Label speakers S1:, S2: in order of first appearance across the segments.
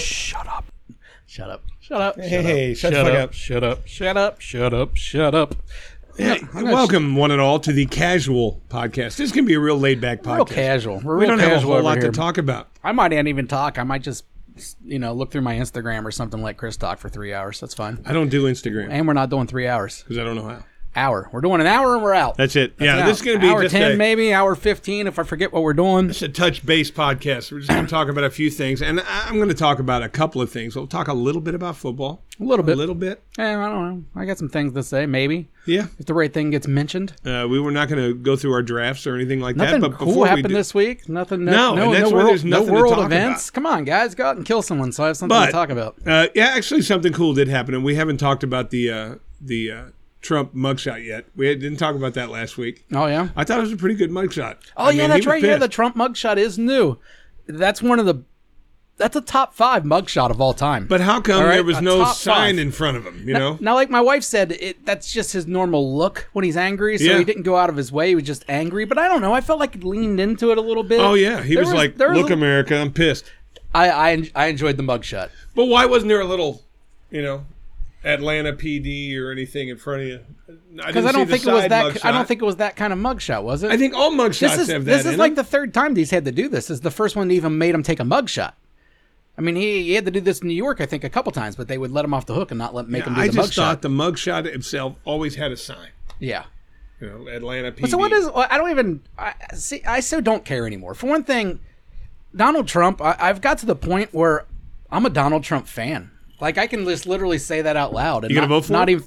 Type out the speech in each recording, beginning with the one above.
S1: Shut up.
S2: Shut up. Shut up.
S3: Hey, hey, shut, the fuck up.
S1: Shut up. Shut up. Shut up. Shut up.
S3: Hey, welcome, one and all, to the casual podcast. This can be a real laid back podcast.
S2: Real casual. We're real
S3: we don't
S2: casual
S3: have a whole
S2: over
S3: lot
S2: here.
S3: to talk about.
S2: I might not even talk. I might just, you know, look through my Instagram or something like Chris talk for three hours. That's fine.
S3: I don't do Instagram
S2: And we're not doing three hours.
S3: because I don't know how.
S2: Hour. We're doing an hour and we're out.
S3: That's it. yeah,
S2: Out.
S3: this is going to be
S2: hour
S3: just
S2: ten,
S3: a,
S2: maybe hour fifteen, if I forget what we're doing.
S3: It's a touch base podcast. We're just going to talk about a few things, and I- I'm going to talk about a couple of things. We'll talk a little bit about football,
S2: A little bit.
S3: a little bit.
S2: Eh, I don't know. I got some things to say. Maybe
S3: Yeah,
S2: if the right thing gets mentioned.
S3: uh, we were not going to go through our drafts or anything like
S2: Nothing
S3: that. But
S2: cool
S3: before
S2: happened
S3: we do,
S2: this week. Nothing. No,
S3: No,
S2: no,
S3: and
S2: no
S3: that's why
S2: world,
S3: there's nothing to
S2: no world
S3: talk
S2: events. Come on, guys, go out and kill someone. So I have something
S3: But-
S2: to talk about.
S3: Uh, yeah, actually, something cool did happen, and we haven't talked about the uh, the uh, Trump mugshot yet. We didn't talk about that last week.
S2: Oh yeah.
S3: I thought it was a pretty good mugshot.
S2: Oh yeah, that's right. Yeah, the Trump mugshot is new. That's one of the. That's a top five mugshot of all time.
S3: but how come
S2: All right,
S3: there was
S2: a
S3: no
S2: top
S3: sign
S2: five.
S3: in front of him? You know,
S2: now, like my wife said, it, that's just his normal look when he's angry. So
S3: Yeah.
S2: he didn't go out of his way. He was just angry. But I don't know. I felt like he leaned into it a little bit.
S3: Oh yeah, he
S2: There
S3: was, like,
S2: there
S3: "Look,
S2: a-
S3: America, I'm pissed."
S2: I, I en- I enjoyed the mugshot.
S3: But why wasn't there a little, you know, Atlanta PD or anything in front of you?
S2: Because I don't think it was that. I don't think it was that kind of mugshot, was it?
S3: I think all mugshots
S2: this is
S3: have that.
S2: this
S3: in
S2: is
S3: them.
S2: like the third time he's had to do this. This Is the first one that even made him take a mugshot. I mean, he, he had to do this in New York, I think, a couple times, but they would let him off the hook and not let make him do
S3: I
S2: the
S3: just
S2: mugshot.
S3: thought the mugshot itself always had a sign.
S2: yeah.
S3: You know, Atlanta PD.
S2: So what is? I don't even I, see. I so don't care anymore. For one thing, Donald Trump. I, I've got to the point where I'm a Donald Trump fan. Like I can just literally say that out loud. And
S3: You gonna
S2: not,
S3: vote for
S2: Not
S3: him?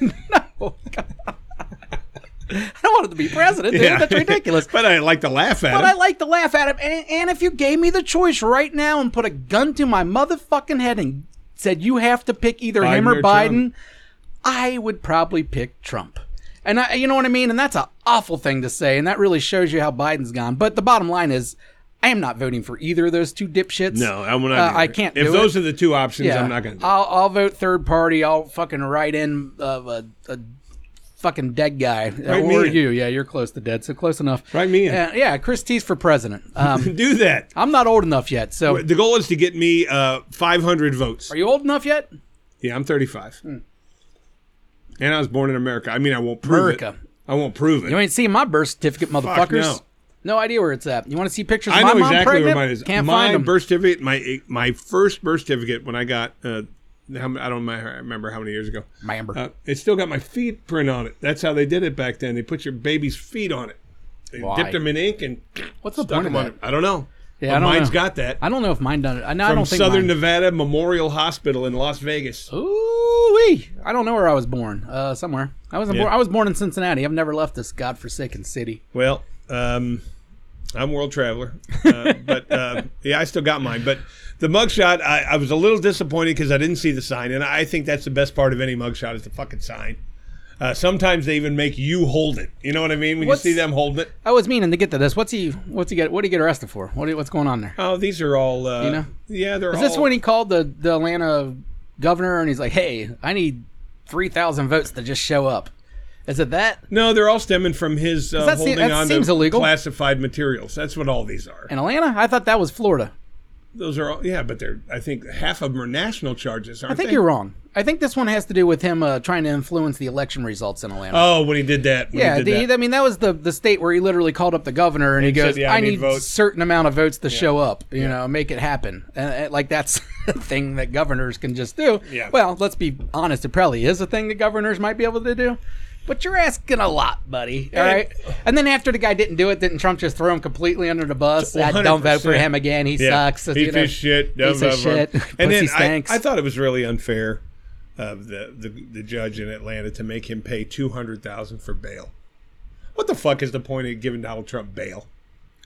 S2: even. No. no. I don't want him to be president. Dude. That's ridiculous.
S3: but I like to laugh at
S2: But
S3: him.
S2: I like to laugh at him. And, and if you gave me the choice right now and put a gun to my motherfucking head and said you have to pick either him
S3: Biden
S2: or
S3: or
S2: Biden,
S3: Trump.
S2: I would probably pick Trump. And I, you know what I mean? And that's an awful thing to say. And that really shows you how Biden's gone. But the bottom line is, I am not voting for either of those two dipshits.
S3: no, I'm not.
S2: Uh,
S3: gonna-
S2: I can't.
S3: If
S2: do
S3: those
S2: it.
S3: are the two options, I'm not going to.
S2: I'll, I'll vote third party. I'll fucking write in uh, a, a fucking dead guy.
S3: Write me
S2: or
S3: in.
S2: you. Yeah, you're close to dead, so close enough.
S3: Write me in.
S2: Uh, yeah, Chris T's for president. Um,
S3: Do that.
S2: I'm not old enough yet, so.
S3: The goal is to get me uh, 500 votes.
S2: Are Hmm. you old enough yet?
S3: Yeah, I'm 35. And I was born in America. I mean, I won't prove
S2: America.
S3: it. I won't prove it.
S2: You ain't seen my birth certificate, motherfuckers.
S3: no.
S2: No idea where it's at. You want to see pictures of
S3: I
S2: my
S3: know
S2: mom
S3: exactly
S2: pregnant?
S3: where mine is.
S2: Can't
S3: my
S2: find them.
S3: birth certificate, my my first birth certificate when I got, uh, how, m- I don't mi- remember how many years ago.
S2: Remember.
S3: Uh, it still got my feet print on it. That's how they did it back then. They put your baby's feet on it. They
S2: Why?
S3: dipped them in ink and
S2: What's the
S3: stuck
S2: point of
S3: them on
S2: that?
S3: it. I don't know.
S2: Yeah,
S3: but
S2: I don't
S3: mine's
S2: know.
S3: got that
S2: I don't know if mine done it. I, know I
S3: from
S2: don't think
S3: Southern
S2: mine.
S3: Nevada Memorial Hospital in Las Vegas.
S2: Ooh-wee. I don't know where I was born. Uh, somewhere. I wasn't
S3: Yeah.
S2: born. I was born in Cincinnati. I've never left this godforsaken city.
S3: Well, um, I'm world traveler, uh, but uh, yeah, I still got mine. But the mugshot, I, I was a little disappointed because I didn't see the sign, and I think that's the best part of any mugshot is the fucking sign. Uh, sometimes they even make you hold it. You know what I mean? When
S2: What's-
S3: you see them holding it.
S2: I was meaning to get to this. What's he? What's he get? What did he get arrested for? What? do you- What's going on there?
S3: Oh, these are all. Uh,
S2: You know?
S3: Yeah, they're
S2: Is
S3: all.
S2: this when he called the the Atlanta governor and he's like, "Hey, I need three thousand votes to just show up." Is it that?
S3: no, they're all stemming from his uh,
S2: that se-
S3: holding
S2: that
S3: on
S2: seems
S3: to
S2: illegal.
S3: classified materials. That's what all these are.
S2: In Atlanta? I thought that was Florida.
S3: Those are all. Yeah, but they're. I think half of them are national charges, aren't
S2: I think
S3: they?
S2: you're wrong. I think this one has to do with him uh, trying to influence the election results in Atlanta.
S3: Oh, when he did that. When
S2: yeah,
S3: he did that.
S2: the, I mean that was the the state where he literally called up the governor and, he
S3: said,
S2: goes,
S3: "Yeah, I
S2: "I,
S3: need
S2: need a
S3: votes."
S2: certain amount of votes to show up, you know, make it happen." And, uh, like that's a thing that governors can just do.
S3: Yeah.
S2: Well, let's be honest, it probably is a thing that governors might be able to do. But you're asking a lot, buddy. All
S3: And-
S2: right. And then after the guy didn't do it, didn't Trump just throw him completely under the bus? "Ah, Don't vote for
S3: 100%.
S2: him again. He
S3: Yeah.
S2: sucks. you
S3: Piece
S2: know.
S3: of
S2: Piece
S3: shit. Blah,
S2: of
S3: blah, blah.
S2: shit.
S3: And
S2: Pussy
S3: then I,
S2: stinks.
S3: I thought it was really unfair of the, the, the judge in Atlanta to make him pay two hundred thousand for bail. What the fuck is the point of giving Donald Trump bail?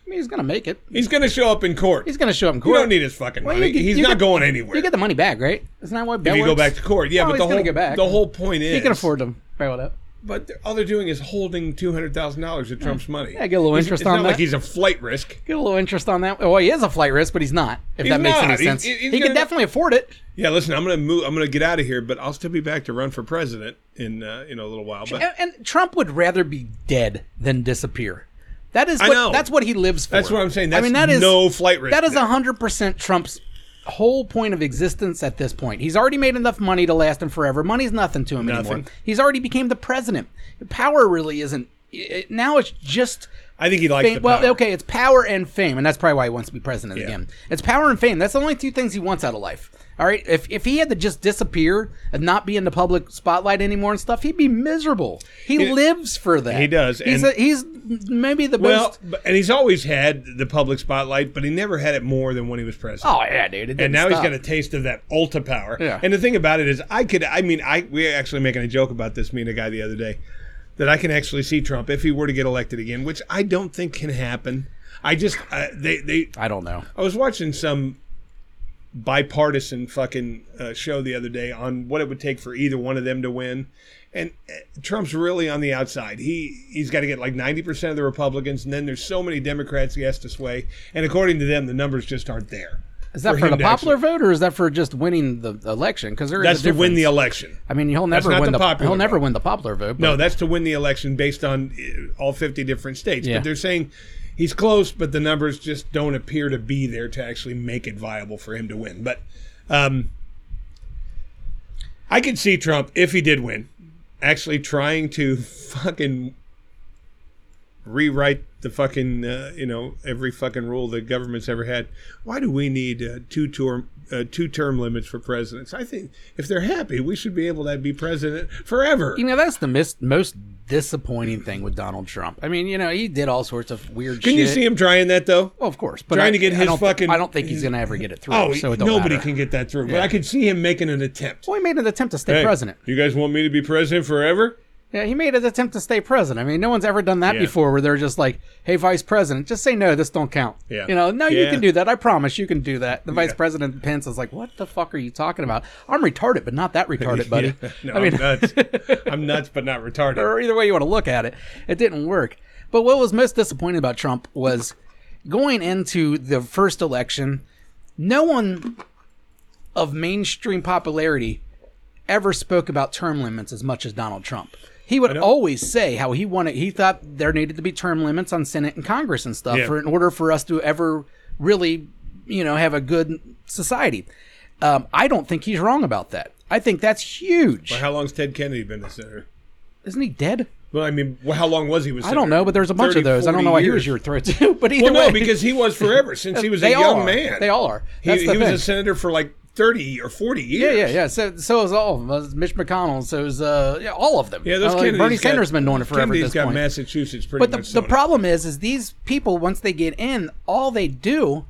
S2: I mean, he's gonna make it.
S3: He's going to show up in court.
S2: He's gonna show up in
S3: you
S2: court.
S3: don't need his fucking
S2: Well, you
S3: money.
S2: get-
S3: He's
S2: you
S3: not
S2: get-
S3: going anywhere.
S2: You get the money back, right? Isn't that what?
S3: if you go back to court, yeah,
S2: No,
S3: but
S2: he's
S3: the
S2: gonna
S3: whole
S2: go back.
S3: the whole point is
S2: He can afford to bail it out.
S3: But th- all they're doing is holding two hundred thousand dollars of Trump's money.
S2: Yeah, get a little
S3: He's-
S2: interest
S3: it's
S2: on
S3: not
S2: that.
S3: like he's a flight risk.
S2: Get a little interest on that. Well, he is a flight risk, but he's not. If
S3: He's
S2: that makes
S3: not.
S2: any
S3: He's-
S2: sense,
S3: he's
S2: he
S3: gonna-
S2: can definitely afford it.
S3: Yeah, listen, I'm gonna move. I'm gonna get out of here, but I'll still be back to run for president in uh, in a little while. But
S2: And, and Trump would rather be dead than disappear. That is. What,
S3: know.
S2: That's what he lives for.
S3: That's what I'm saying. That's
S2: I mean, that is
S3: no flight risk
S2: That is
S3: there.
S2: hundred percent Trump's whole point of existence at this point. He's already made enough money to last him forever. Money's nothing to him anymore.
S3: Nothing.
S2: He's already became the president. Power really isn't. It, now it's just.
S3: I think he likes
S2: fame-
S3: the
S2: well,
S3: power.
S2: okay, it's power and fame, and that's probably why he wants to be president again. It's power and fame. That's the only two things he wants out of life. All right, if if he had to just disappear and not be in the public spotlight anymore and stuff, he'd be miserable. He, lives for that.
S3: he does,
S2: He's
S3: and-
S2: a, he's maybe the
S3: Well,
S2: most.
S3: but- and he's always had the public spotlight, but he never had it more than when he was president.
S2: Oh yeah, dude. it didn't
S3: and now
S2: stop.
S3: he's got a taste of that ultra power.
S2: Yeah.
S3: And the thing about it is, I could, I mean, I we were actually making a joke about this, me and a guy the other day, that I can actually see Trump if he were to get elected again, which I don't think can happen. I just, uh, they, they,
S2: I don't know.
S3: I was watching some bipartisan fucking uh, show the other day on what it would take for either one of them to win. And uh, Trump's really on the outside. He he's got to get like 90% of the Republicans and then there's so many Democrats he has to sway. And according to them the numbers just aren't there.
S2: Is that for,
S3: him
S2: the
S3: to
S2: popular
S3: actually-
S2: vote, or is that for just winning the the election? Because there is
S3: That's
S2: a
S3: to win the
S2: difference.
S3: election.
S2: I mean, he'll
S3: That's
S2: never
S3: not
S2: win
S3: the
S2: the,
S3: popular
S2: he'll never
S3: vote.
S2: win the popular vote.
S3: No,
S2: but-
S3: that's to win the election based on uh, all 50 different states.
S2: Yeah.
S3: But they're saying he's close, but the numbers just don't appear to be there to actually make it viable for him to win. But um, I could see Trump, if he did win, actually trying to fucking rewrite the fucking uh, you know every fucking rule the government's ever had. Why do we need uh, two term uh, two term limits for presidents? I think if they're happy, we should be able to be president forever.
S2: you know that's the mis- most disappointing thing with Donald Trump. I mean, you know, he did all sorts of weird.
S3: Can
S2: shit. Oh,
S3: you see him trying that though?
S2: Well, of course, but
S3: Trying
S2: I-
S3: to get
S2: I
S3: his
S2: don't thi-
S3: fucking-
S2: I don't think he's going to ever get it through.
S3: Oh,
S2: so it don't
S3: nobody
S2: matter.
S3: can get that through. But I could see him making an attempt.
S2: Well, he made an attempt to stay
S3: Hey,
S2: president.
S3: You guys want me to be president forever?
S2: Yeah, he made an attempt to stay president. I mean, no one's ever done that
S3: Yeah.
S2: before, where they're just like, "Hey, vice president, just say no. This don't count."
S3: Yeah.
S2: You know, no, you
S3: Yeah.
S2: can do that. I promise you can do that. The vice
S3: Yeah.
S2: president Pence is like, "What the fuck are you talking about? I'm retarded, but not that retarded, buddy."
S3: Yeah. No,
S2: I mean, Er.
S3: I'm nuts. I'm nuts, but not retarded.
S2: or either way you want to look at it, it didn't work. But what was most disappointing about Trump was going into the first election, no one of mainstream popularity ever spoke about term limits as much as Donald Trump. He would always say how he wanted he thought there needed to be term limits on Senate and Congress and stuff
S3: Yeah.
S2: for in order for us to ever really, you know, have a good society. Um, I don't think he's wrong about that. I think that's huge.
S3: How long's Ted Kennedy been the senator?
S2: Isn't he dead?
S3: Well, I mean, well, how long was he? Was
S2: I don't know, but there's a bunch of those. I don't know why he was your threat too, but either
S3: Well, no,
S2: way,
S3: because he was forever since he was a
S2: they all
S3: young
S2: are.
S3: man.
S2: They all are.
S3: He,
S2: That's
S3: he
S2: the
S3: was
S2: thing.
S3: a senator for like thirty or forty
S2: yeah,
S3: years.
S2: yeah, yeah. So, so is all. of them. It was Mitch McConnell. So is uh, yeah, all of them.
S3: Yeah, those
S2: Uh, like
S3: Kennedys
S2: Bernie
S3: got-
S2: Sanders has been doing it forever
S3: Kennedy's
S2: at this
S3: got
S2: point.
S3: Massachusetts pretty
S2: but the,
S3: much.
S2: the
S3: sewn up.
S2: problem is, is these people once they get in, all they do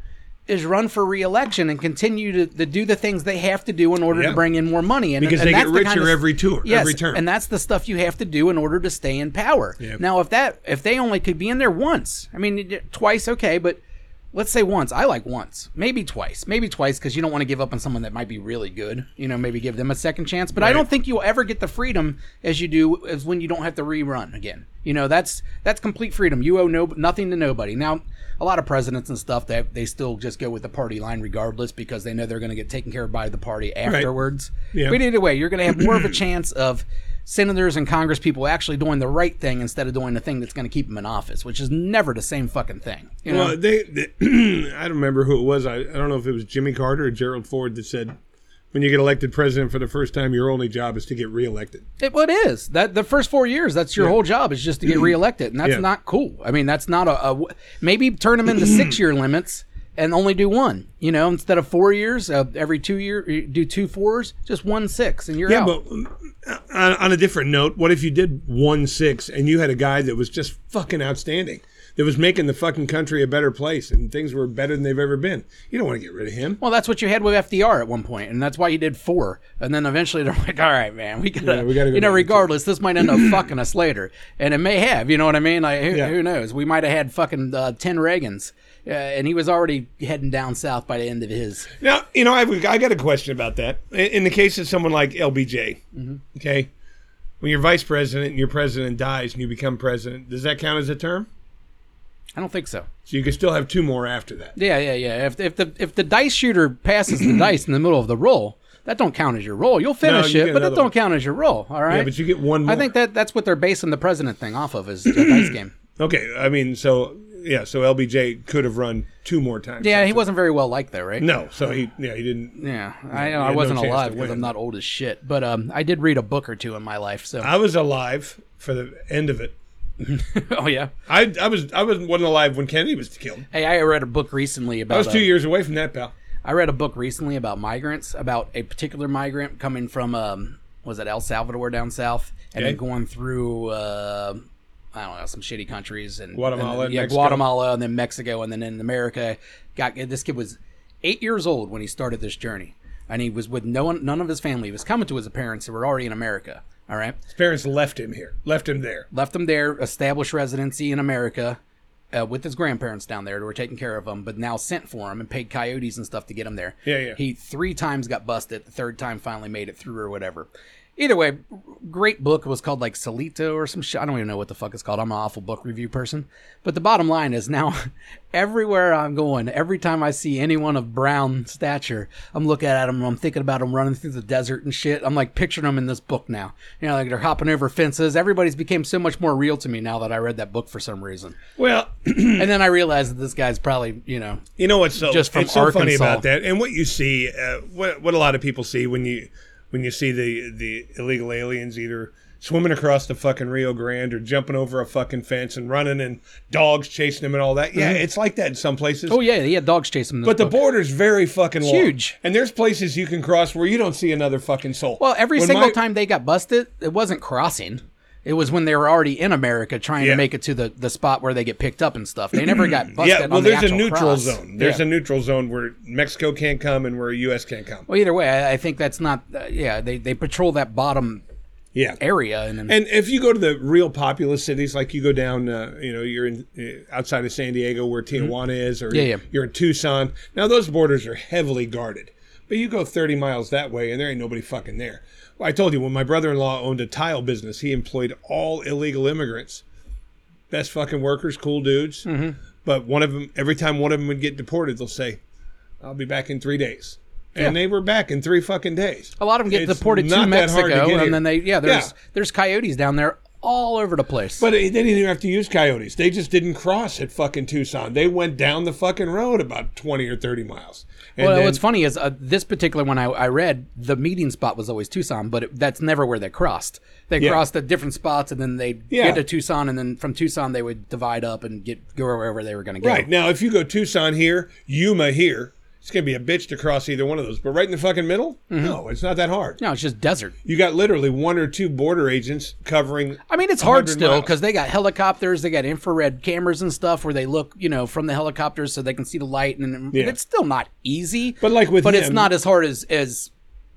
S2: is run for reelection and continue to, to do the things they have to do in order
S3: Yeah.
S2: to bring in more money. And
S3: Because
S2: and
S3: they
S2: that's
S3: get
S2: the kind of-
S3: richer every tour-
S2: yes,
S3: every term.
S2: and that's the stuff you have to do in order to stay in power. Now, if that if they only could be in there once, I mean, twice, okay, but. Let's say once. I like once, maybe twice, maybe twice, because you don't want to give up on someone that might be really good. You know, maybe give them a second chance. But I don't think you'll ever get the freedom as you do as when you don't have to rerun again. You know, that's that's complete freedom. You owe no nothing to nobody. Now, a lot of presidents and stuff that they, still just go with the party line regardless because they know they're going to get taken care of by the party afterwards.
S3: Yeah.
S2: But either way, you're going to have more of a chance of senators and congress people actually doing the right thing instead of doing the thing that's going to keep them in office, which is never the same fucking thing. You know?
S3: Well, they, they I don't remember who it was. I, I don't know if it was Jimmy Carter or Gerald Ford that said, when you get elected president for the first time, your only job is to get reelected.
S2: It, well, it is that the first four years. That's your whole job is just to get reelected, and that's
S3: Yeah.
S2: not cool. I mean, that's not a, a w- maybe turn them into six year limits and only do one. You know, instead of four years, uh, every two year do two fours, just one six, and you're
S3: Yeah,
S2: out.
S3: but um, on, on a different note, what if you did one six and you had a guy that was just fucking outstanding, that was making the fucking country a better place and things were better than they've ever been? You don't want to get rid of him.
S2: well, that's what you had with FDR at one point, and that's why you did four. And then eventually they're like, "All right, man, we gotta,
S3: Yeah, we gotta go
S2: you know,
S3: back to-
S2: regardless, this might end up fucking us later, and it may have. You know what I mean? Like, who,
S3: Yeah.
S2: who knows? We might have had fucking uh, ten Reagans, uh, and he was already heading down south by the end of his.
S3: Now, you know, I've, I got a question about that. In, in the case of someone like LBJ, okay, when you're vice president and your president dies and you become president, does that count as a term?
S2: I don't think so.
S3: So you can still have two more after that.
S2: Yeah, yeah, yeah. If, if the if the dice shooter passes the dice in the middle of the roll, that don't count as your roll. You'll finish
S3: you
S2: it,
S3: get
S2: but it
S3: another
S2: don't
S3: one.
S2: count as your roll. All right.
S3: Yeah, but you get one more.
S2: I think that that's what they're basing the president thing off of is the dice game.
S3: Okay, I mean, so yeah, so LBJ could have run two more times.
S2: Yeah, he wasn't very well liked though, right?
S3: No, so he yeah he didn't.
S2: Yeah, I know I
S3: had no
S2: wasn't
S3: chance to
S2: alive because
S3: win.
S2: I'm not old as shit, but um, I did read a book or two in my life. So,
S3: I was alive for the end of it.
S2: oh yeah,
S3: I I was I wasn't wasn't alive when Kennedy was killed.
S2: hey, I read a book recently about
S3: I was
S2: uh,
S3: two years away from that, pal.
S2: I read a book recently about migrants, about a particular migrant coming from um, was it El Salvador down south, and then
S3: Okay.
S2: going through uh, I don't know some shitty countries and
S3: Guatemala
S2: and,
S3: and
S2: yeah,
S3: Mexico.
S2: Guatemala, and then Mexico, and then in America. Got this kid was eight years old when he started this journey, and he was with no one, none of his family. He was coming to his parents who were already in America. All right,
S3: His parents left him here, left him there.
S2: left him there, established residency in America uh, with his grandparents down there who were taking care of him, but now sent for him and paid coyotes and stuff to get him there.
S3: Yeah, yeah.
S2: He three times got busted. The third time finally made it through or whatever. Either way, great book It was called like Solito or some shit. I don't even know what the fuck it's called. I'm an awful book review person. But the bottom line is now everywhere I'm going, every time I see anyone of brown stature, I'm looking at them and I'm thinking about them running through the desert and shit. I'm like picturing them in this book now. You know, like they're hopping over fences. Everybody's became so much more real to me now that I read that book for some reason.
S3: Well,
S2: and then I realized that this guy's probably, you know,
S3: You know what's so
S2: Just from
S3: it's so funny
S2: Arkansas.
S3: about that, and what you see, uh, what what a lot of people see when you when you see the the illegal aliens either swimming across the fucking Rio Grande or jumping over a fucking fence and running and dogs chasing them and all that. Yeah, it's like that in some places.
S2: Mm-hmm. oh yeah, he had dogs chasing him. in this
S3: But the
S2: book.
S3: border's very fucking long.
S2: huge.
S3: and there's places you can cross where you don't see another fucking soul.
S2: Well, every
S3: When
S2: single
S3: my-
S2: time they got busted, it wasn't crossing. It was when they were already in America trying to
S3: Yeah.
S2: make it to the, the spot where they get picked up and stuff. They never got busted.
S3: Yeah, well,
S2: on the
S3: there's a
S2: actual
S3: neutral
S2: cross.
S3: zone. There's
S2: Yeah.
S3: a neutral zone where Mexico can't come and where U.S. can't come.
S2: Well, either way, I, I think that's not. Uh, yeah, they, they patrol that bottom
S3: Yeah,
S2: area and, then,
S3: And if you go to the real populous cities, like you go down, uh, you know, you're in uh, outside of San Diego where Tijuana is, or
S2: Mm-hmm. Yeah, yeah.
S3: you're in Tucson. Now those borders are heavily guarded, but you go 30 miles that way, and there ain't nobody fucking there. Well, I told you when my brother-in-law owned a tile business, he employed all illegal immigrants, best fucking workers, cool dudes.
S2: Mm-hmm.
S3: But one of them, every time one of them would get deported, they'll say, "I'll be back in three days." And they were back in three fucking days.
S2: a lot of them get
S3: It's
S2: deported to
S3: not that hard
S2: Mexico,
S3: to get
S2: and
S3: here.
S2: then they yeah there's
S3: Yeah.
S2: there's coyotes down there all over the place.
S3: But they didn't even have to use coyotes. They just didn't cross at fucking Tucson. They went down the fucking road about 20 or 30 miles. And
S2: well,
S3: then-
S2: what's funny is uh, this particular one I, I read, the meeting spot was always Tucson, but it, that's never where they crossed. They
S3: Yeah.
S2: crossed at different spots, and then they
S3: Yeah.
S2: get to Tucson, and then from Tucson they would divide up and get go wherever they were going to go.
S3: Right. Now, if you go Tucson here, Yuma here, it's going to be a bitch to cross either one of those. But right in the fucking middle?
S2: Mm-hmm.
S3: No, it's not that hard.
S2: No, it's just desert.
S3: You got literally one or two border agents covering.
S2: I mean, it's hard
S3: 100
S2: still
S3: miles.
S2: because they got helicopters, they got infrared cameras and stuff where they look, you know, from the helicopters so they can see the light, and
S3: Yeah.
S2: it's still not easy.
S3: But like with
S2: but it's
S3: him-
S2: not as hard as as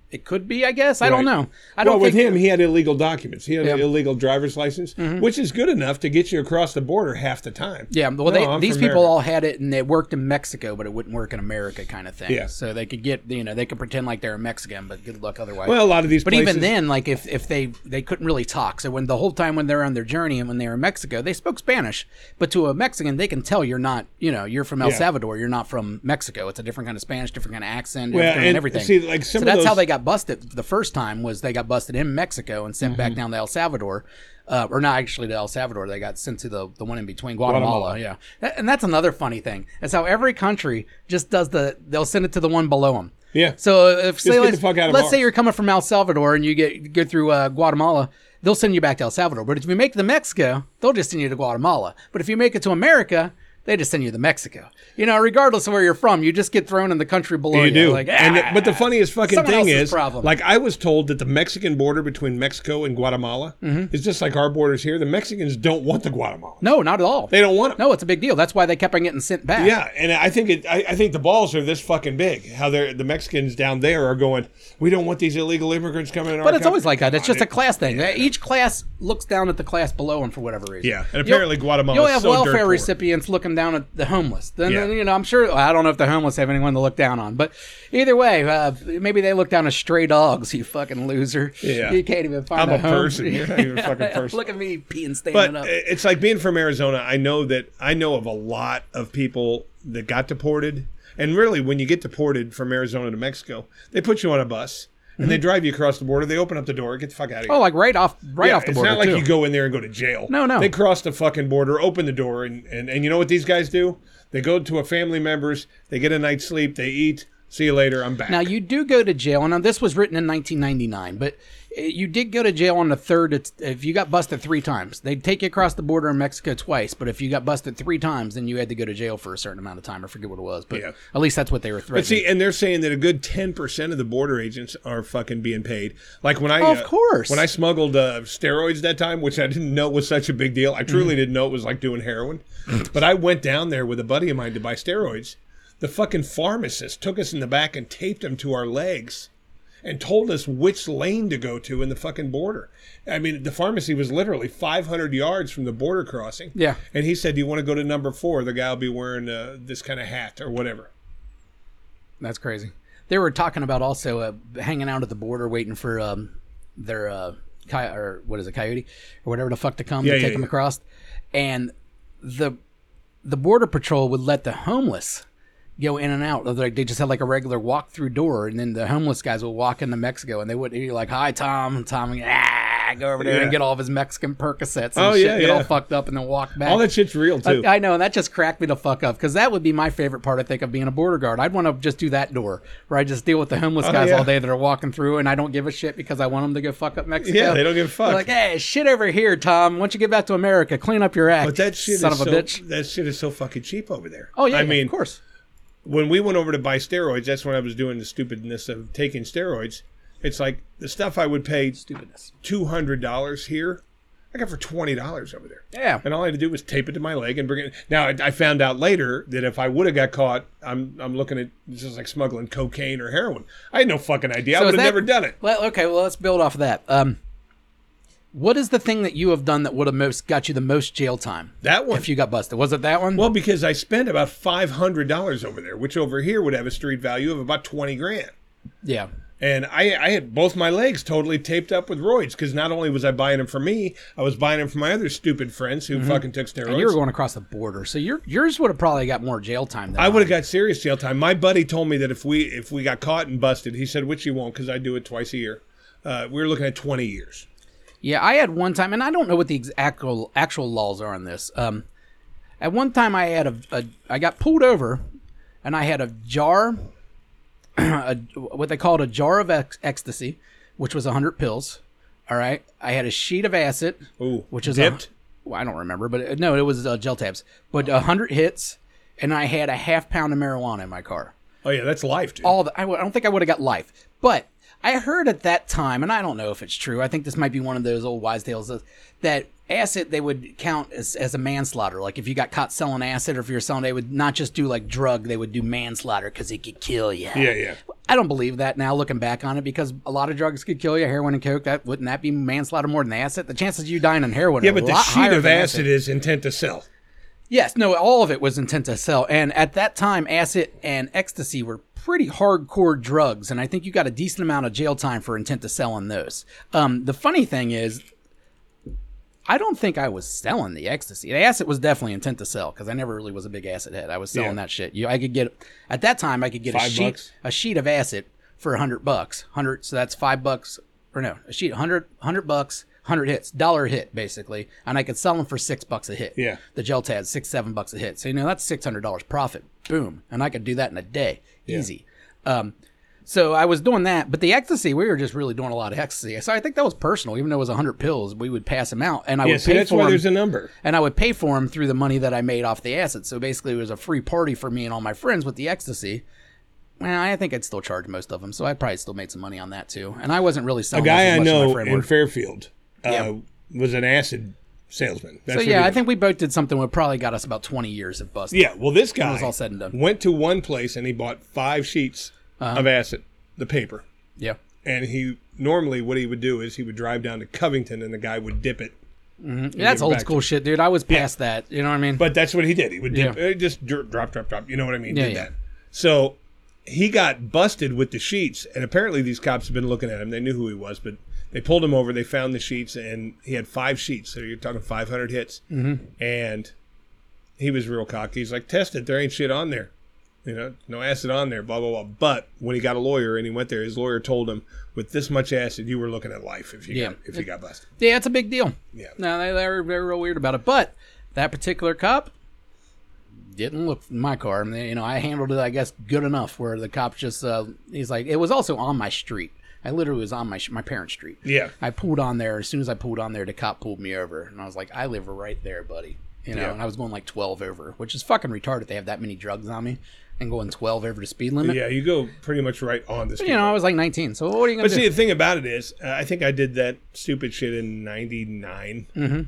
S2: it could be. I guess I don't
S3: Right.
S2: know. I
S3: Well,
S2: don't
S3: with
S2: think
S3: him, he had illegal documents. He had an
S2: Yeah. Mm-hmm.
S3: illegal driver's license, which is good enough to get you across the border half the time.
S2: Yeah, well,
S3: No,
S2: they,
S3: I'm
S2: these
S3: from
S2: people
S3: America.
S2: all had it, and it worked in Mexico, but it wouldn't work in America, kind of thing.
S3: Yeah.
S2: So they could get, you know, they could pretend like they're Mexican, but good luck otherwise.
S3: Well, a lot of these
S2: but
S3: places.
S2: even then, like if if they they couldn't really talk, so when the whole time when they're on their journey and when they were in Mexico, they spoke Spanish. But to a Mexican, they can tell you're not, you know, you're from El
S3: Yeah.
S2: Salvador, you're not from Mexico. It's a different kind of Spanish, different kind of accent,
S3: Well,
S2: different kind of
S3: and
S2: everything.
S3: see, like,
S2: so
S3: some of
S2: that's how
S3: those-
S2: they got busted the first time was they got busted in Mexico and sent
S3: Mm-hmm.
S2: back down to El Salvador. Uh, or not actually to El Salvador. They got sent to the, the one in between, Guatemala.
S3: Guatemala.
S2: Yeah, That- and that's another funny thing. That's how every country just does the. They'll send it to the one below them.
S3: Yeah.
S2: So if say
S3: get
S2: let's,
S3: the fuck out of
S2: let's say
S3: ours.
S2: you're coming from El Salvador and you get go through uh, Guatemala, they'll send you back to El Salvador. But if you make it to Mexico, they'll just send you to Guatemala. But if you make it to America. They just send you to Mexico. You know, regardless of where you're from, you just get thrown in the country below you.
S3: You do.
S2: Like,
S3: and
S2: "Ah."
S3: but the funniest fucking
S2: Someone
S3: thing
S2: else's
S3: is,
S2: problem.
S3: like, I was told that the Mexican border between Mexico and Guatemala
S2: Mm-hmm.
S3: is just like our borders here. The Mexicans don't want the Guatemala.
S2: no, not at all.
S3: They don't want it.
S2: No, it's a big deal. That's why they kept on getting sent back.
S3: Yeah, and I think it, I, I think the balls are this fucking big. How they're the Mexicans down there are going. We don't want these illegal immigrants coming. In
S2: But it's always like that. It's just a class thing. Each class looks down at the class below them for whatever reason.
S3: Yeah, and apparently Guatemala
S2: You'll
S3: is
S2: have
S3: so dirt
S2: welfare
S3: poor.
S2: recipients looking down at the homeless. Then,
S3: Yeah.
S2: you know, I'm sure, I don't know if the homeless have anyone to look down on, but either way, uh, maybe they look down at stray dogs, you fucking loser.
S3: Yeah.
S2: You can't even find
S3: I'm a
S2: home.
S3: person. You're not even a fucking person.
S2: look at me peeing, standing
S3: But
S2: up.
S3: it- it's like being from Arizona. I know that I know of a lot of people that got deported. And really, when you get deported from Arizona to Mexico, they put you on a bus and they drive you across the border. They open up the door, get the fuck out of here.
S2: Mm-hmm. Oh, like right off, right
S3: Yeah,
S2: off the
S3: it's
S2: border.
S3: not like
S2: too.
S3: you go in there and go to jail.
S2: No, no.
S3: They cross the fucking border, open the door, and, and, and you know what these guys do? They go to a family member's, they get a night's sleep, they eat, see you later, I'm back.
S2: Now you do go to jail, and now this was written in 1999, but uh, you did go to jail on the third. It's, if you got busted three times, they'd take you across the border in Mexico twice. But if you got busted three times, then you had to go to jail for a certain amount of time. I forget what it was, but
S3: Yeah.
S2: at least that's what they were threatening.
S3: But see, and they're saying that a good ten percent of the border agents are fucking being paid. Like when I, uh,
S2: Of course.
S3: when I smuggled uh, steroids that time, which I didn't know was such a big deal. I
S2: Mm-hmm.
S3: truly didn't know it was like doing heroin. but I went down there with a buddy of mine to buy steroids. The fucking pharmacist took us in the back and taped them to our legs, and told us which lane to go to in the fucking border. I mean, the pharmacy was literally 500 yards from the border crossing.
S2: Yeah.
S3: And he said, "Do you want to go to number four? The guy will be wearing uh, this kind of hat or whatever."
S2: That's crazy. They were talking about also uh, hanging out at the border waiting for um, their uh, coy- or what is it, coyote or whatever the fuck to come
S3: Yeah,
S2: to
S3: yeah,
S2: take them
S3: yeah.
S2: across, and the the border patrol would let the homeless go in and out. Like they just had like a regular walk through door, and then the homeless guys would walk into Mexico, and they would be like, "Hi, Tom," and Tom would, ah, go over there
S3: Yeah.
S2: and get all of his Mexican Percocets and
S3: Oh,
S2: shit,
S3: yeah,
S2: get all
S3: yeah.
S2: fucked up, and then walk back.
S3: All that shit's real too.
S2: I, I know, and that just cracked me the fuck up because that would be my favorite part. I think of being a border guard. I'd want to just do that door where I just deal with the homeless guys
S3: Oh, yeah.
S2: all day that are walking through, and I don't give a shit because I want them to go fuck up Mexico.
S3: Yeah, they don't give a fuck.
S2: They're like, hey, shit over here, Tom. Once you get back to America, clean up your act.
S3: But that shit
S2: eh, son
S3: is
S2: of a
S3: so,
S2: bitch.
S3: That shit is so fucking cheap over there.
S2: Oh yeah,
S3: I
S2: yeah,
S3: mean,
S2: of course.
S3: when we went over to buy steroids, that's when I was doing the stupidness of taking steroids. It's like the stuff I would pay
S2: Stupidness.
S3: two hundred dollars here, I got for twenty dollars over there.
S2: Yeah.
S3: And all I had to do was tape it to my leg and bring it. Now I, I found out later that if I would have got caught, I'm I'm looking at this is like smuggling cocaine or heroin. I had no fucking idea. I
S2: So is
S3: would
S2: that-
S3: have never done it.
S2: Well, okay, well, let's build off of that. Um, what is the thing that you have done that would have most got you the most jail time?
S3: That one.
S2: if you got busted, was it that one?
S3: Well, because I spent about five hundred dollars over there, which over here would have a street value of about twenty grand.
S2: yeah.
S3: And I, I had both my legs totally taped up with roids because not only was I buying them for me, I was buying them for my other stupid friends who fucking took steroids.
S2: Mm-hmm. And you were going across the border, so your yours would have probably got more jail time. Than
S3: I
S2: mine.
S3: would have got serious jail time. My buddy told me that if we if we got caught and busted, he said, which you won't because I do it twice a year. Uh, we were looking at 20 years.
S2: Yeah, I had one time, and I don't know what the ex- actual actual laws are on this. Um, at one time, I had a, a I got pulled over, and I had a jar, a, what they called a jar of ex- ecstasy, which was hundred pills. All right, I had a sheet of acid,
S3: Ooh,
S2: which is
S3: dipped?
S2: A, well, I don't remember, but it, no, it was uh, gel tabs. But hundred hits, and I had a half pound of marijuana in my car
S3: Oh, yeah, that's life, dude.
S2: all the, I, w- I don't think I would have got life. But I heard at that time, and I don't know if it's true. I think this might be one of those old wise tales that, that acid they would count as, as a manslaughter. Like if you got caught selling acid, or if you were selling, they would not just do like drug, they would do manslaughter because it could kill you.
S3: yeah, yeah.
S2: I don't believe that now, looking back on it, because a lot of drugs could kill you. Heroin and coke, that wouldn't that be manslaughter more than acid? The chances of you dying on heroin,
S3: Yeah,
S2: are
S3: but
S2: a
S3: the
S2: lot
S3: sheet
S2: higher
S3: of
S2: than
S3: acid is intent to sell.
S2: Yes, no, all of it was intent to sell. And at that time, acid and ecstasy were pretty hardcore drugs. And I think you got a decent amount of jail time for intent to sell on those. Um, the funny thing is, I don't think I was selling the ecstasy. The acid was definitely intent to sell because I never really was a big acid head. I was selling
S3: Yeah.
S2: that shit. You, I could get at that time, I could get a
S3: Five
S2: sheet,
S3: bucks?
S2: a sheet of acid for a hundred bucks. Hundred, so that's five bucks, or no, a sheet, hundred, hundred bucks, hundred hits, dollar hit basically, and I could sell them for six bucks a hit
S3: Yeah.
S2: the gel tabs six seven bucks a hit so you know that's six hundred dollars profit boom and i could do that in a day easy um so i was doing that but the ecstasy we were just really doing a lot of ecstasy so i think that was personal even though it was 100 pills we would pass them out and i
S3: Yeah,
S2: would
S3: see,
S2: pay
S3: that's
S2: for
S3: why
S2: 'em-
S3: there's a number.
S2: and i would pay for them through the money that i made off the acid so basically it was a free party for me and all my friends with the ecstasy well, I think I'd still charge most of them, so I probably still made some money on that too. And I wasn't really selling
S3: A guy
S2: as
S3: I
S2: much as my
S3: know
S2: friend
S3: in
S2: were.
S3: Fairfield uh,
S2: Yeah.
S3: was an acid salesman. That's
S2: So
S3: what
S2: yeah,
S3: he
S2: I
S3: did.
S2: think we both did something that probably got us about twenty years of bust.
S3: Yeah, well, this guy
S2: was all said and done. Uh-huh.
S3: went to one place and he bought five sheets of acid, the paper.
S2: yeah.
S3: And he normally what he would do is he would drive down to Covington and the guy would dip it.
S2: That's
S3: give it
S2: old
S3: back
S2: school shit, dude. I was past that. You know what I mean?
S3: But that's what he did. He would dip,
S2: Yeah.
S3: uh, just dr- drop, drop, drop. You know what I mean?
S2: Yeah,
S3: did
S2: yeah.
S3: that. So he got busted with the sheets, and apparently these cops have been looking at him. They knew who he was, but they pulled him over. They found the sheets, and he had five sheets. So you're talking 500 hits, mm-hmm. and he was real cocky. He's like, "Test it. There ain't shit on there." you know, no acid on there, blah blah blah. But when he got a lawyer and he went there, his lawyer told him, with this much acid, you were looking at life if you
S2: Yeah.
S3: got, if you got busted.
S2: Yeah, it's a big deal.
S3: Yeah.
S2: No, they, they, were, they were real weird about it. But that particular cop didn't look in my car. I mean, you know, I handled it, I guess, good enough where the cop just, uh, he's like, it was also on my street. I literally was on my sh- my parents' street.
S3: Yeah.
S2: I pulled on there. As soon as I pulled on there, the cop pulled me over. And I was like, I live right there, buddy. You know,
S3: Yeah.
S2: and I was going like 12 over, which is fucking retarded. They have that many drugs on me and going 12 over the speed limit.
S3: Yeah, you go pretty much right on this.
S2: You know, I was like 19. So what are you going
S3: But
S2: to do?
S3: see, the thing about it is, uh, I think I did that stupid shit in '99,
S2: Mm-hmm.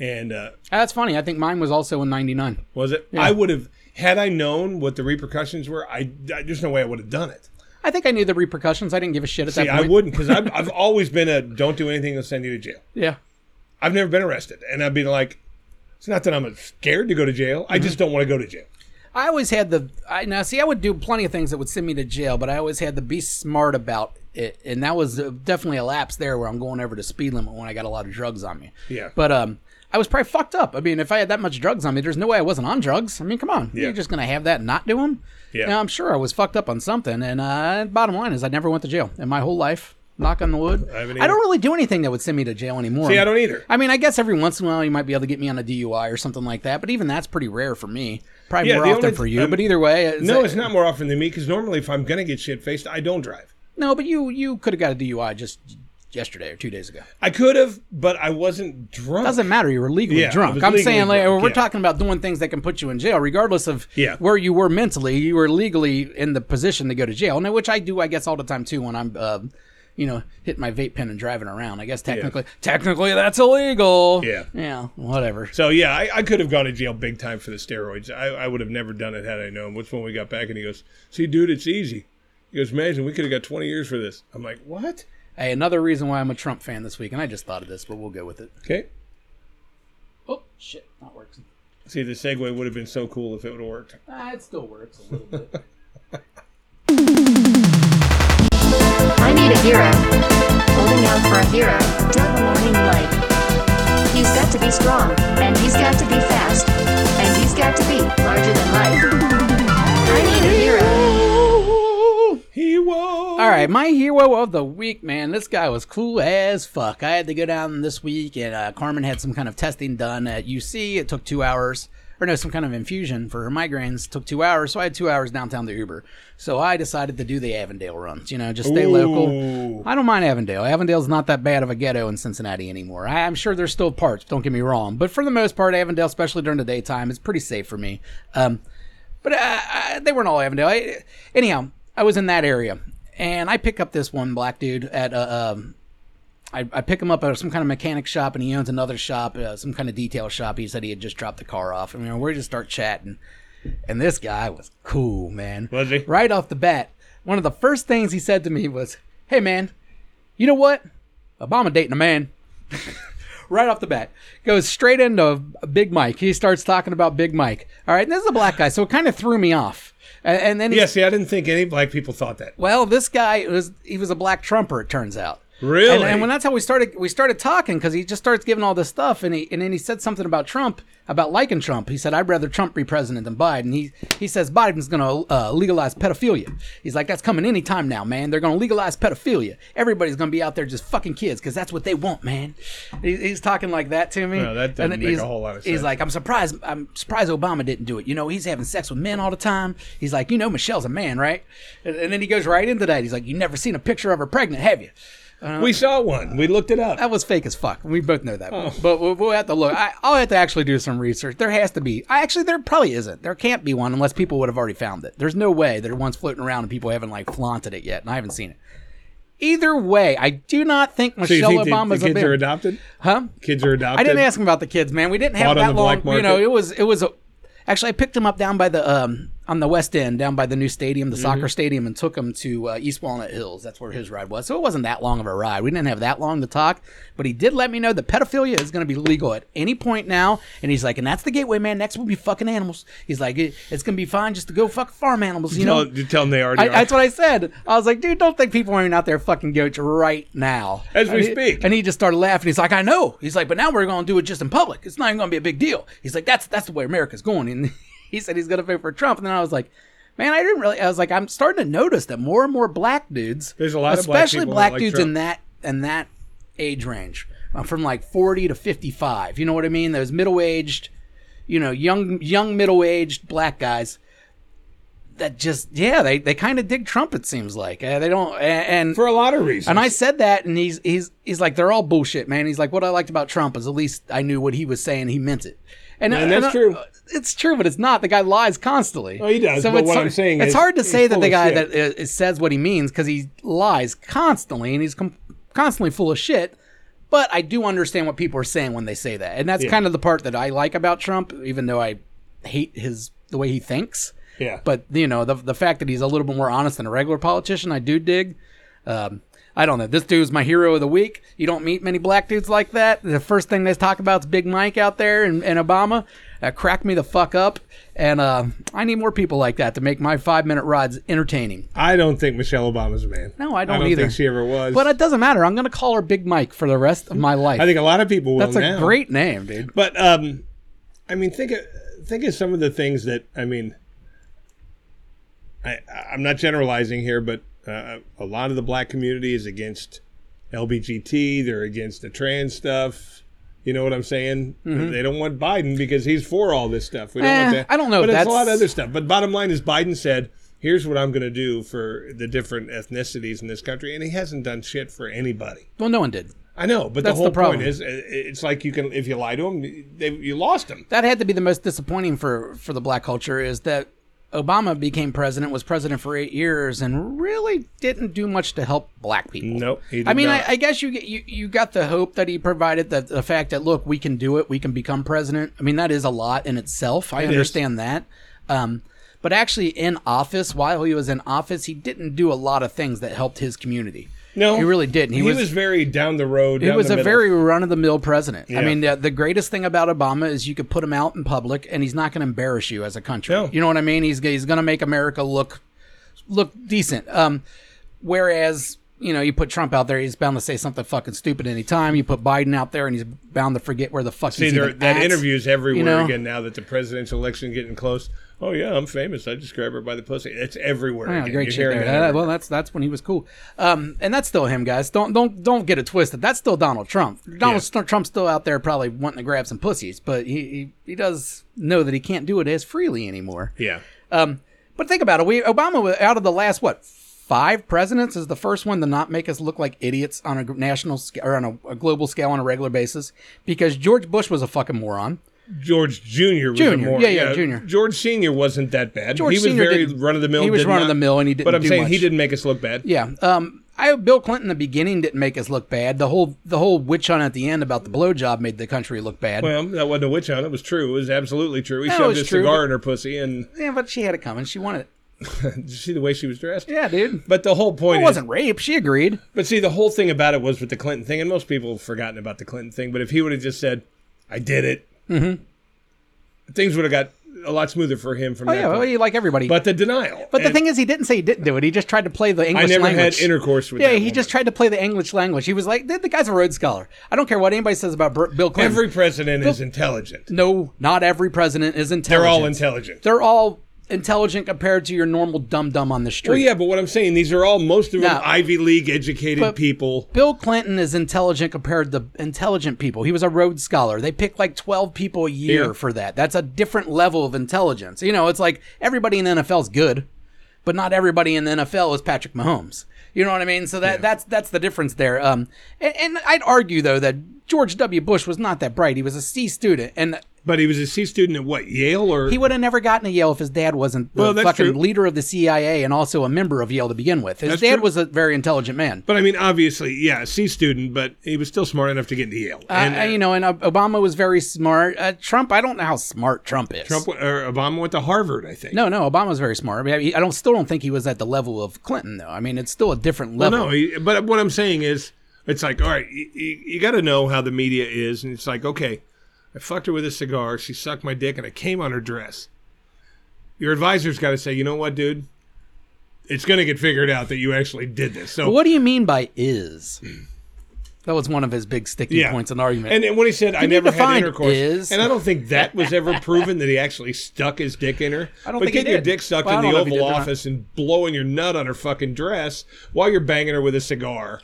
S3: and uh,
S2: That's funny. I think mine was also in 99.
S3: was it? I would have had I known what the repercussions were. I, I- there's no way I would have done it.
S2: I think I knew the repercussions. I didn't give a shit at
S3: See,
S2: that point.
S3: I wouldn't because I've, I've always been a don't do anything that'll send you to jail.
S2: Yeah.
S3: I've never been arrested, and I've been like, it's not that I'm scared to go to jail. I
S2: Mm-hmm.
S3: just don't want to go to jail.
S2: I always had the I now see I would do plenty of things that would send me to jail, but I always had the be smart about it, and that was uh, definitely a lapse there where I'm going over the speed limit when I got a lot of drugs on me.
S3: Yeah.
S2: but um, I was probably fucked up. I mean, if I had that much drugs on me, there's no way I wasn't on drugs. I mean, come on, you're just gonna have that and not do them.
S3: Yeah.
S2: now, I'm sure I was fucked up on something, and uh, bottom line is I never went to jail in my whole life. Knock on the wood. I,
S3: haven't
S2: don't
S3: either.
S2: really do anything that would send me to jail anymore.
S3: See, I don't either.
S2: I mean, I guess every once in a while you might be able to get me on a DUI or something like that, but even that's pretty rare for me. Probably
S3: Yeah,
S2: more
S3: the
S2: often
S3: only-
S2: for you.
S3: um,
S2: but either way, it's
S3: No,
S2: a-
S3: it's not more often than me because normally if I'm gonna get shit faced, I don't drive.
S2: no. But you you could have got a DUI just yesterday or two days ago.
S3: I could have, but I wasn't drunk.
S2: Doesn't matter. You were legally
S3: Yeah, I
S2: drunk.
S3: was
S2: I'm
S3: legally
S2: saying like,
S3: drunk,
S2: we're
S3: yeah.
S2: talking about doing things that can put you in jail, regardless of
S3: Yeah.
S2: where you were mentally. You were legally in the position to go to jail, and which I do, I guess, all the time too when I'm. Uh, you know, hitting my vape pen and driving around. I guess technically, technically that's illegal.
S3: Yeah.
S2: Yeah. Whatever.
S3: So yeah, I, I could have gone to jail big time for the steroids. I, I would have never done it had I known. Which one we got back, and he goes, "See, dude, it's easy." He goes, "Imagine we could have got 20 years for this." I'm like, "What?"
S2: Hey, another reason why I'm a Trump fan this week, and I just thought of this, but we'll go with it.
S3: Okay.
S2: Oh shit, not working.
S3: See, the segue would have been so cool if it would have worked.
S2: Ah, it still works a little bit.
S4: I need a hero. Holding out for a hero. Double warning light. He's got to be strong, and he's got to be fast, and he's got to be larger than life. I need a hero.
S3: He was.
S2: All right, my hero of the week, man. This guy was cool as fuck. I had to go down this week, and uh, Carmen had some kind of testing done at UC. It took two hours, or no, some kind of infusion for her migraines. Took two hours, so I had two hours downtown to Uber. So I decided to do the Avondale runs. You know, just stay local.
S3: Ooh.
S2: I don't mind Avondale. Avondale's not that bad of a ghetto in Cincinnati anymore. I, I'm sure there's still parts. Don't get me wrong, but for the most part, Avondale, especially during the daytime, is pretty safe for me. Um, but uh, I, they weren't all Avondale. I, anyhow, I was in that area, and I pick up this one black dude at uh, um, I, I pick him up at some kind of mechanic shop, and he owns another shop, uh, some kind of detail shop. He said he had just dropped the car off, and you know, we just start chatting. And this guy was cool, man.
S3: Was he?
S2: Right off the bat, one of the first things he said to me was, "Hey, man, you know what? Obama dating a man." right off the bat. Goes straight into Big Mike. He starts talking about Big Mike. All right, and this is a black guy, so it kind of threw me off. And, and then he,
S3: Yeah. See, I didn't think any black people thought that.
S2: well, this guy was he was a black trumper. It turns out.
S3: Really?
S2: And, and when that's how we started, we started talking because he just starts giving all this stuff, and he and then he said something about Trump, about liking Trump. He said, "I'd rather Trump be president than Biden." He he says Biden's going to uh, legalize pedophilia. He's like, "That's coming any time now, man. They're going to legalize pedophilia. Everybody's going to be out there just fucking kids because that's what they want, man." He, he's talking like that to me.
S3: No, that
S2: And
S3: doesn't
S2: then
S3: make a
S2: he's-
S3: whole lot of
S2: He's
S3: sense.
S2: like, "I'm surprised. I'm surprised Obama didn't do it. You know, he's having sex with men all the time. He's like, you know, Michelle's a man, right?" And, and then he goes right into that. He's like, "You never seen a picture of her pregnant, have you?"
S3: we saw one. We looked it up.
S2: that was fake as fuck. We both know that.
S3: Oh.
S2: But we'll, we'll have to look. I, I'll have to actually do some research. There has to be. I actually, there probably isn't. There can't be one unless people would have already found it. There's no way there one's floating around and people haven't like flaunted it yet, and I haven't seen it. Either way, I do not think
S3: so you
S2: Michelle
S3: think the-
S2: Obama's
S3: the
S2: a
S3: kids are
S2: big,
S3: adopted?
S2: huh?
S3: Kids are adopted.
S2: I didn't ask him about the kids, man. We didn't have
S3: Bought on
S2: that
S3: the
S2: long.
S3: black
S2: You know,
S3: market.
S2: it was it was. A, actually, I picked him up down by the um on the west end, down by the new stadium, the
S3: Mm-hmm.
S2: soccer stadium, and took him to uh, East Walnut Hills. That's where his ride was. So it wasn't that long of a ride. We didn't have that long to talk, but he did let me know that pedophilia is going to be legal at any point now. And he's like, and that's the gateway, man. Next will be fucking animals. He's like, it, it's going to be fine just to go fuck farm animals. You
S3: Tell,
S2: know.
S3: you tell them they already
S2: I,
S3: are.
S2: that's what I said. I was like, dude, don't think people aren't out there fucking goats right now.
S3: As we
S2: And he-
S3: speak.
S2: And he just started laughing. He's like, I know. He's like, but now we're going to do it just in public. It's not even going to be a big deal. He's like, that's that's the way America's going. And he said he's going to vote for Trump. And then I was like, man, I didn't really. I was like, I'm starting to notice that more and more black dudes,
S3: There's a lot of black
S2: especially
S3: people that
S2: black,
S3: like
S2: dudes
S3: Trump.
S2: in that in that age range, uh, from like 40 to 55. You know what I mean? Those middle aged, you know, young young middle aged black guys. That just yeah, they, they kind of dig Trump. It seems like uh, they don't a- and
S3: for a lot of reasons.
S2: and I said that, and he's he's he's like, they're all bullshit, man. He's like, what I liked about Trump is at least I knew what he was saying, he meant it. And,
S3: And that's
S2: uh,
S3: true.
S2: It's true, but it's not. The guy lies constantly.
S3: Oh, he does, but
S2: it's
S3: what
S2: hard-
S3: I'm saying
S2: it's
S3: is
S2: hard to
S3: he's
S2: say that
S3: full
S2: the
S3: of
S2: guy
S3: shit.
S2: that uh, says what he means because he lies constantly, and he's com- constantly full of shit. But I do understand what people are saying when they say that, and that's kind of the part that I like about Trump, even though I hate his the way he thinks.
S3: Yeah.
S2: But you know, the the fact that he's a little bit more honest than a regular politician, I do dig. Um, I don't know. This dude's my hero of the week. You don't meet many black dudes like that. The first thing they talk about is Big Mike out there and, and Obama. That cracked me the fuck up. And uh, I need more people like that to make my five minute rides entertaining.
S3: I don't think Michelle Obama's a man.
S2: No, I don't,
S3: I don't
S2: either.
S3: think she ever was.
S2: But it doesn't matter. I'm going to call her Big Mike for the rest of my life.
S3: I think a lot of people will
S2: that's a
S3: now.
S2: great name, dude.
S3: But um, I mean, think of, think of some of the things that I mean. I I'm not generalizing here, but uh, a lot of the black community is against LBGT. They're against the trans stuff. You know what I'm saying? They don't want Biden because he's for all this stuff. We don't
S2: Mm-hmm. Eh,
S3: want that.
S2: I don't know if
S3: But it's a
S2: that's-
S3: lot of other stuff. But bottom line is, Biden said, "Here's what I'm going to do for the different ethnicities in this country," and he hasn't done shit for anybody.
S2: Well, no one did.
S3: I know, but
S2: That's
S3: the whole
S2: the problem.
S3: point is, uh, it's like you can if you lie to them, they, you lost them.
S2: that had to be the most disappointing for for the black culture is that Obama became president, was president for eight years, and really didn't do much to help black people.
S3: Nope, he did
S2: I mean, I,
S3: not.
S2: I guess you, get- you you got the hope that he provided that the fact that look, we can do it, we can become president. I mean, that is a lot in itself. I understand that. Um, but actually, in office, while he was in office, he didn't do a lot of things that helped his community.
S3: No,
S2: he really didn't.
S3: He, was, very down the road.
S2: He
S3: down
S2: was
S3: the
S2: a
S3: middle.
S2: very run of the mill president. I
S3: Yeah.
S2: mean, the, the greatest thing about Obama is you could put him out in public, and he's not going to embarrass you as a country.
S3: No.
S2: You know what I mean? He's he's going to make America look look decent. Um, whereas you know, you put Trump out there, he's bound to say something fucking stupid anytime. You put Biden out there, and he's bound to forget where the fuck
S3: See,
S2: he's
S3: there,
S2: even
S3: that
S2: at.
S3: interview's everywhere
S2: you know?
S3: again now that the presidential election getting close. Oh yeah, I'm famous. I just grab her by the pussy. It's everywhere.
S2: Yeah,
S3: again.
S2: great
S3: You're
S2: shit
S3: hearing
S2: there.
S3: that
S2: Uh,
S3: everywhere.
S2: well, that's that's when he was cool, um, and that's still him, guys. Don't don't don't get it twisted. That's still Donald Trump. Donald
S3: Yeah.
S2: Str- Trump's still out there, probably wanting to grab some pussies, but he, he he does know that he can't do it as freely anymore.
S3: yeah,
S2: Um, but think about it. We Obama was out of the last what five presidents is the first one to not make us look like idiots on a gr- national sc- or on a, a global scale on a regular basis because George Bush was a fucking moron.
S3: George Junior was a
S2: Junior.
S3: more.
S2: Yeah, yeah, Junior.
S3: George Senior wasn't that bad.
S2: George
S3: he was
S2: Senior
S3: very
S2: didn't-
S3: run of the mill.
S2: he was
S3: did
S2: run-of-the-mill
S3: not-
S2: and he didn't
S3: But I'm
S2: do
S3: saying he
S2: much.
S3: didn't make us look bad.
S2: Yeah. Um, I Bill Clinton in the beginning didn't make us look bad. The whole the whole witch hunt at the end about the blowjob made the country look bad.
S3: Well, that wasn't a witch hunt. It was true. It was absolutely true. He
S2: No, it
S3: shoved
S2: was
S3: his
S2: true,
S3: cigar
S2: but-
S3: in her pussy, and
S2: yeah, but she had it coming. She wanted it.
S3: did you see the way she was dressed?
S2: Yeah, dude.
S3: But the whole point
S2: It
S3: is,
S2: wasn't rape. She agreed.
S3: But see, the whole thing about it was with the Clinton thing, and most people have forgotten about the Clinton thing. But if he would have just said, "I did it,"
S2: Mm-hmm.
S3: things would have got a lot smoother for him from
S2: Oh
S3: that
S2: yeah, well,
S3: point.
S2: you like everybody.
S3: But the denial.
S2: But the
S3: and
S2: thing is, he didn't say he didn't do it. He just tried to play the English
S3: I never
S2: language.
S3: had intercourse with.
S2: yeah,
S3: that
S2: he
S3: woman.
S2: just tried to play the English language. He was like, the, the guy's a Rhodes Scholar. I don't care what anybody says about Bur- Bill Clinton.
S3: Every president is intelligent.
S2: no, not every president is intelligent.
S3: They're all intelligent.
S2: They're all intelligent compared to your normal dum dum on the street.
S3: Well, yeah, but what I'm saying, these are all most of them
S2: No.
S3: Ivy League educated
S2: But-
S3: people.
S2: Bill Clinton is intelligent compared to intelligent people. He was a Rhodes Scholar. They pick like 12 people a year
S3: Yeah.
S2: for that. That's a different level of intelligence. You know, it's like everybody in the NFL is good, but not everybody in the NFL is Patrick Mahomes. You know what I mean? So that that's that's the difference there. Um, and, and I'd argue though that George W. Bush was not that bright. He was a C student, and
S3: But he was a C student at what Yale or
S2: he would have never gotten to Yale if his dad wasn't the
S3: Well, that's
S2: fucking
S3: true.
S2: leader of the CIA and also a member of Yale to begin with. His
S3: That's
S2: dad
S3: true.
S2: was a very intelligent man.
S3: But I mean, obviously, yeah, a C student, but he was still smart enough to get into Yale.
S2: and, you know, and uh, Obama was very smart. Uh, Trump, I don't know how smart Trump is.
S3: Trump or Obama went to Harvard, I think.
S2: no, no, Obama's very smart. I mean, he- I don't still don't think he was at the level of Clinton though. I mean, it's still a different
S3: Well,
S2: level.
S3: no, he, but what I'm saying is, it's like, all right, you, you, you got to know how the media is, and it's like, okay, I fucked her with a cigar, she sucked my dick, and I came on her dress. Your advisor's got to say, you know what, dude, it's going to get figured out that you actually did this. So
S2: But what do you mean by is? That was one of his big sticking points in the argument.
S3: Hmm. And then when he said, "I
S2: need
S3: never
S2: to
S3: had
S2: find
S3: intercourse,"
S2: is-
S3: and I don't think that was ever proven that he actually stuck his dick in her.
S2: I don't
S3: but
S2: think he
S3: getting your
S2: did.
S3: dick sucked
S2: Well, I
S3: in
S2: don't
S3: the
S2: know if he
S3: Oval
S2: did or not.
S3: Office and blowing your nut on her fucking dress while you're banging her with a cigar,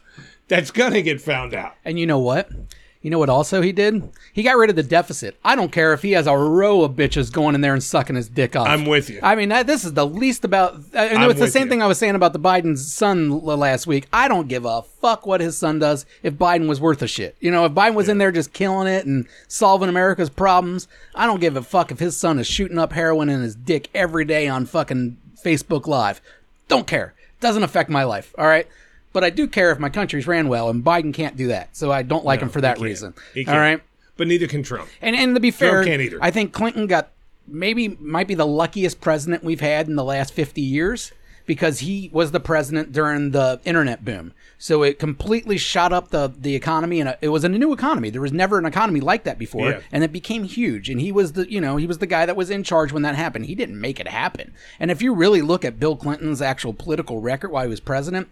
S3: that's gonna get found out.
S2: And you know what? You know what also he did? He got rid of the deficit. I don't care if he has a row of bitches going in there and sucking his dick off.
S3: I'm with you.
S2: I mean, that, this is the least about. uh, I know
S3: I'm
S2: it's the
S3: with
S2: same
S3: you.
S2: thing I was saying about the Biden's son l- last week. I don't give a fuck what his son does if Biden was worth a shit. You know, if Biden was in there just killing it and solving America's problems, I don't give a fuck if his son is shooting up heroin in his dick every day on fucking Facebook Live. Don't care. Doesn't affect my life. All right. But I do care if my country's ran well, and Biden can't do that. So I don't like him for that
S3: can't.
S2: reason.
S3: He
S2: All
S3: can't.
S2: right.
S3: But neither can Trump.
S2: And and to be fair,
S3: can't either.
S2: I think Clinton got maybe might be the luckiest president we've had in the last 50 years because he was the president during the internet boom. So it completely shot up the the economy and uh, it was a new economy. There was never an economy like that before
S3: Yeah.
S2: and it became huge and he was the you know, he was the guy that was in charge when that happened. He didn't make it happen. And if you really look at Bill Clinton's actual political record while he was president,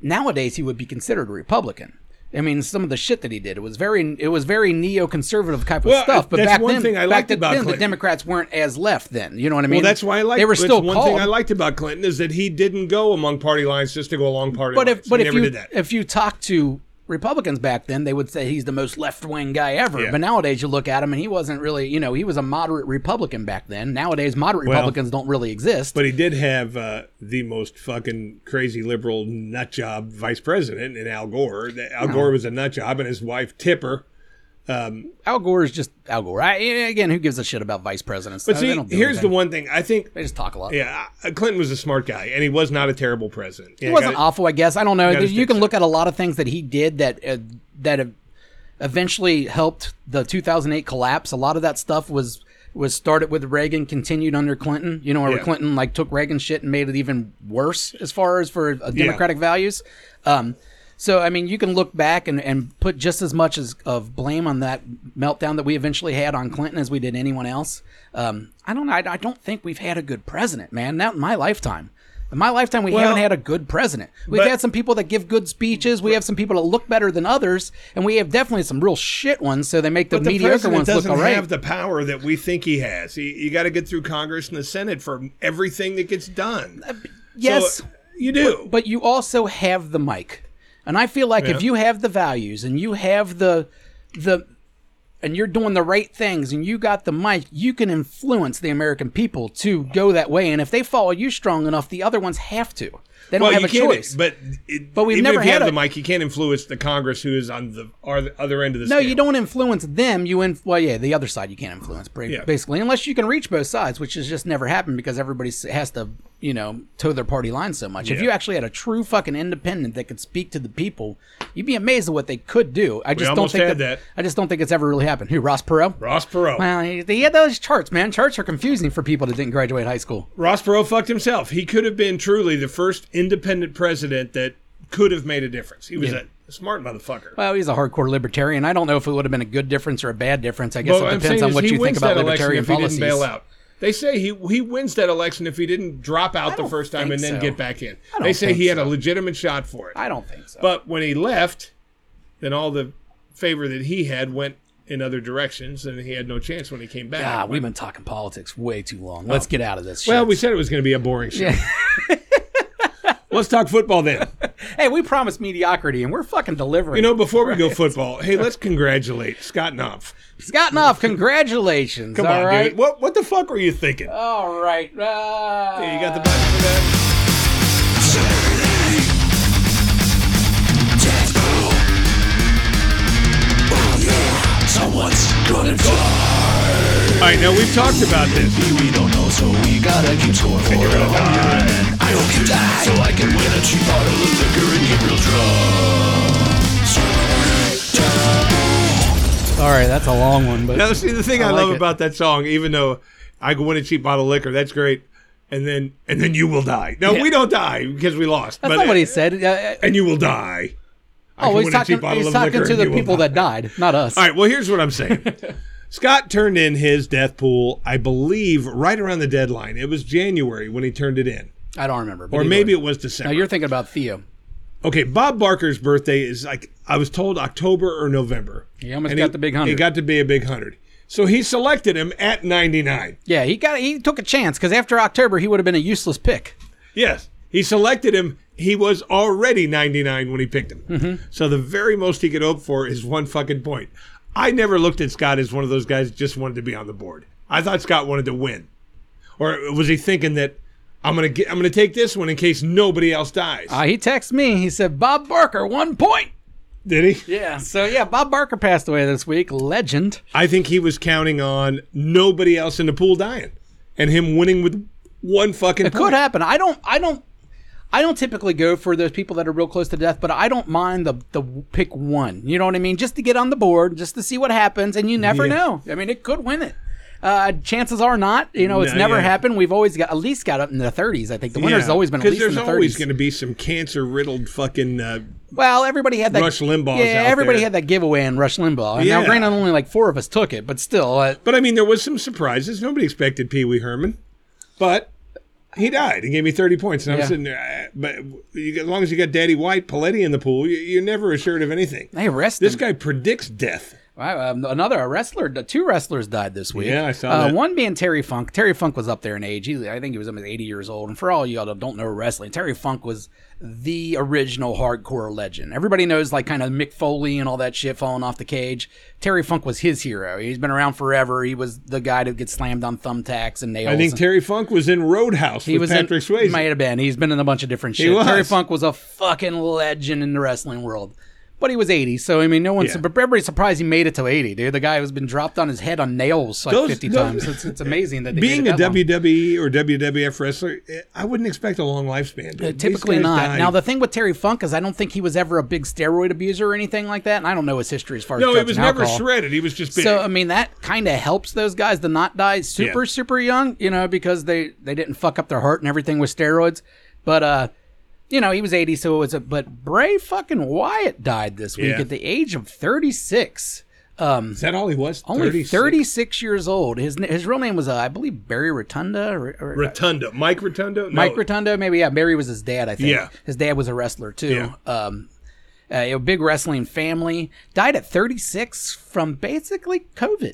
S2: nowadays he would be considered a Republican. I mean, some of the shit that he did, it was very, it was very neoconservative type of
S3: Well,
S2: stuff. But
S3: that's
S2: back
S3: one
S2: then,
S3: thing I
S2: back
S3: liked
S2: then-
S3: about
S2: then, the
S3: Clinton.
S2: Democrats weren't as left then. You know what I mean?
S3: Well, that's why I like.
S2: They were still
S3: one
S2: called.
S3: thing I liked about Clinton is that he didn't go among party lines just to go along party
S2: but
S3: lines.
S2: if, but
S3: he
S2: if
S3: never
S2: you
S3: did that.
S2: if you talk to Republicans back then, they would say he's the most left wing guy ever.
S3: Yeah.
S2: But nowadays, you look at him and he wasn't really, you know, he was a moderate Republican back then. Nowadays, moderate Republicans don't really exist.
S3: But he did have uh, the most fucking crazy liberal nut job vice president in Al Gore. That- Al Gore was a nut job, and his wife Tipper.
S2: Al Gore is just Al Gore. I, again, who gives a shit about vice presidents?
S3: But
S2: They
S3: see,
S2: don't do
S3: here's the
S2: anything.
S3: one thing I think.
S2: They just talk a lot.
S3: Yeah, I- Clinton was a smart guy, and he was not a terrible president. Yeah,
S2: It wasn't
S3: got it.
S2: awful, I guess. I don't know.
S3: gotta
S2: You
S3: stick
S2: can
S3: to
S2: look at a lot of things that he did that uh, that ev- eventually helped the 2008 collapse. A lot of that stuff was was started with Reagan, continued under Clinton. You know, where
S3: Yeah.
S2: Clinton like took Reagan shit and made it even worse as far as for uh, democratic values. Um, so I mean, you can look back and, and put just as much as of blame on that meltdown that we eventually had on Clinton as we did anyone else. Um, I don't know. I, I don't think we've had a good president, man. Not in my lifetime. In my lifetime, we haven't had a good president. We've
S3: but-
S2: had some people that give good speeches. We have some people that look better than others, and we have definitely some real shit ones. So they make the,
S3: But the
S2: mediocre
S3: president
S2: ones look
S3: doesn't
S2: all right.
S3: have the power that we think he has. He, you got to get through Congress and the Senate for everything that gets done.
S2: yes.
S3: So, you do.
S2: but you also have the mic. And I feel like if
S3: Yeah.
S2: you have the values and you have the the and you're doing the right things and you got the mic, you can influence the American people to go that way. And if they follow you strong enough, the other ones have to. They don't
S3: well,
S2: have
S3: you
S2: a
S3: can't,
S2: choice.
S3: But it,
S2: But we've
S3: even
S2: never
S3: if you
S2: had
S3: have
S2: a-
S3: the mic, you can't influence the Congress who is on the, or the other end of the.
S2: no,
S3: scale.
S2: you don't influence them. You in well, yeah, the other side you can't influence, bra-
S3: Yeah.
S2: basically, unless you can reach both sides, which has just never happened because everybody s- has to, you know, toe their party line so much. If
S3: Yeah.
S2: you actually had a true fucking independent that could speak to the people, you'd be amazed at what they could do. I just don't
S3: almost
S2: think
S3: had that.
S2: I just don't think it's ever really happened. Who Ross Perot?
S3: Ross Perot.
S2: Well, he he had those charts, man. Charts are confusing for people that didn't graduate high school.
S3: Ross Perot fucked himself. He could have been truly the first independent president that could have made a difference. He was
S2: Yeah.
S3: a smart motherfucker.
S2: Well, he's a hardcore libertarian. I don't know if it would have been a good difference or a bad difference. I guess
S3: But what I'm
S2: it depends
S3: saying
S2: on
S3: is
S2: what
S3: he
S2: you think
S3: wins that
S2: about
S3: election
S2: libertarian
S3: if he
S2: policies.
S3: Didn't bail out. They say he he wins that election if he didn't drop out the
S2: don't
S3: first time
S2: think
S3: and then
S2: so.
S3: get back in.
S2: don't
S3: They say
S2: think
S3: he had
S2: so.
S3: a legitimate shot for it.
S2: I don't think so.
S3: But when he left, then all the favor that he had went in other directions, and he had no chance when he came back.
S2: God, Ah, we've been talking politics way too long. Let's get out of this shit.
S3: Oh. well, we said it was going to be a boring show. Let's talk football then.
S2: hey, we promised mediocrity and we're fucking delivering.
S3: You know, before we go football, hey, let's congratulate Scott Knopf.
S2: Scott Knopf, congratulations.
S3: Come
S2: all
S3: on,
S2: right?
S3: dude. What what the fuck were you thinking?
S2: All right. Uh,
S3: you got the button for that?
S5: Someone's gonna die.
S3: All right, now we've talked about this.
S5: We don't know, so we gotta keep score for it. I hope you die, so I can win a cheap bottle of liquor and get real drunk.
S2: All right, that's a long one, but
S3: Now, see, the thing I,
S2: like
S3: love
S2: it.
S3: about that song, even though I go win a cheap bottle of liquor, that's great, and then and then you will die. No, we don't die because we lost.
S2: that's
S3: but
S2: not what he said. Uh,
S3: And you will die. I can
S2: oh, he's
S3: win a
S2: talking,
S3: cheap bottle
S2: he's
S3: of
S2: talking
S3: liquor
S2: to
S3: and
S2: the
S3: you will
S2: people
S3: die.
S2: that died, not us.
S3: All right, well, here's what I'm saying. Scott turned in his death pool, I believe, right around the deadline. It was January when he turned it in,
S2: I don't remember. but
S3: or
S2: either
S3: maybe
S2: way.
S3: it was December.
S2: Now you're thinking about Theo.
S3: Okay, Bob Barker's birthday is like I was told October or November.
S2: He almost
S3: And
S2: got the big 100.
S3: He got to be a big hundred. So he selected him at ninety nine.
S2: Yeah, he got he took a chance because after October he would have been a useless pick.
S3: Yes. He selected him. He was already 99 when he picked him.
S2: Mm-hmm.
S3: So the very most he could hope for is one fucking point. I never looked at Scott as one of those guys that just wanted to be on the board. I thought Scott wanted to win. Or was he thinking that I'm going to get I'm going to take this one in case nobody else dies.
S2: Uh, he texted me. He said Bob Barker one point.
S3: Did he?
S2: Yeah. So yeah, Bob Barker passed away this week. Legend.
S3: I think he was counting on nobody else in the pool dying and him winning with one fucking
S2: It
S3: point.
S2: could happen. I don't. I don't. I don't typically go for those people that are real close to death, but I don't mind the the pick one. You know what I mean? Just to get on the board, just to see what happens, and you never
S3: Yeah.
S2: know. I mean, it could win it. Uh, chances are not. You know, it's
S3: No,
S2: never
S3: yeah.
S2: happened. We've always got at least got up in the 30s. I think the winner's
S3: Yeah.
S2: always been at
S3: 'Cause
S2: least in the
S3: there's
S2: 30s.
S3: always going to be some cancer riddled fucking uh,
S2: Well, everybody had that.
S3: Rush Limbaugh's
S2: Yeah,
S3: out
S2: everybody
S3: there.
S2: had that giveaway in Rush Limbaugh. And Now,
S3: Yeah.
S2: granted, only like four of us took it, but still, uh,
S3: But I mean, there was some surprises. Nobody expected Pee Wee Herman, but he died. He gave me thirty points, and I'm
S2: Yeah.
S3: sitting there. "Ah," But you, as long as you got Daddy White, Paletti in the pool, you, you're never assured of anything.
S2: they arrested.
S3: This guy predicts death.
S2: Wow, um, another a wrestler, two wrestlers died this week.
S3: Yeah, I saw
S2: uh,
S3: that.
S2: One being Terry Funk. Terry Funk was up there in age. He, I think he was almost 80 years old. And for all y'all that don't know wrestling, Terry Funk was the original hardcore legend. Everybody knows like kind of Mick Foley and all that shit falling off the cage. Terry Funk was his hero. He's been around forever. He was the guy that gets slammed on thumbtacks and nails.
S3: I think
S2: and-
S3: Terry Funk was in Roadhouse
S2: he was
S3: with Patrick
S2: in,
S3: Swayze.
S2: Might have been. He's been in a bunch of different shit. Terry
S3: was.
S2: Funk was a fucking legend in the wrestling world. But he was 80, so I mean, no one's.
S3: Yeah.
S2: But everybody's surprised he made it to 80, dude. The guy has been dropped on his head on nails like
S3: Those-
S2: 50
S3: those-
S2: times. It's, it's amazing that they made
S3: Being
S2: it
S3: a E
S2: that long.
S3: WWE or WWF wrestler, eh, I wouldn't expect a long lifespan. dude.
S2: Uh,
S3: These
S2: Typically
S3: guys
S2: not.
S3: die-
S2: Now the thing with Terry Funk is I don't think he was ever a big steroid abuser or anything like that, and I don't know his history as far as
S3: no, it
S2: drugs
S3: was
S2: and
S3: never
S2: alcohol.
S3: shredded. He was just big.
S2: So I mean that kind of helps those guys to not die super
S3: Yeah.
S2: super young, you know, because they they didn't fuck up their heart and everything with steroids. But uh, you know, he was eighty, so it was. A, but Bray fucking Wyatt died this week
S3: Yeah.
S2: at the age of thirty six. Um,
S3: Is that all he was?
S2: only
S3: 36?
S2: thirty six years old. His na- his real name was uh, I believe Barry Rotunda or, or
S3: Rotundo, Mike Rotundo, No.
S2: Mike Rotundo, maybe yeah. Barry was his dad, I think.
S3: oh. Yeah.
S2: his dad was a wrestler too.
S3: Yeah.
S2: Um, uh, a big wrestling family. Died at 36 from basically COVID.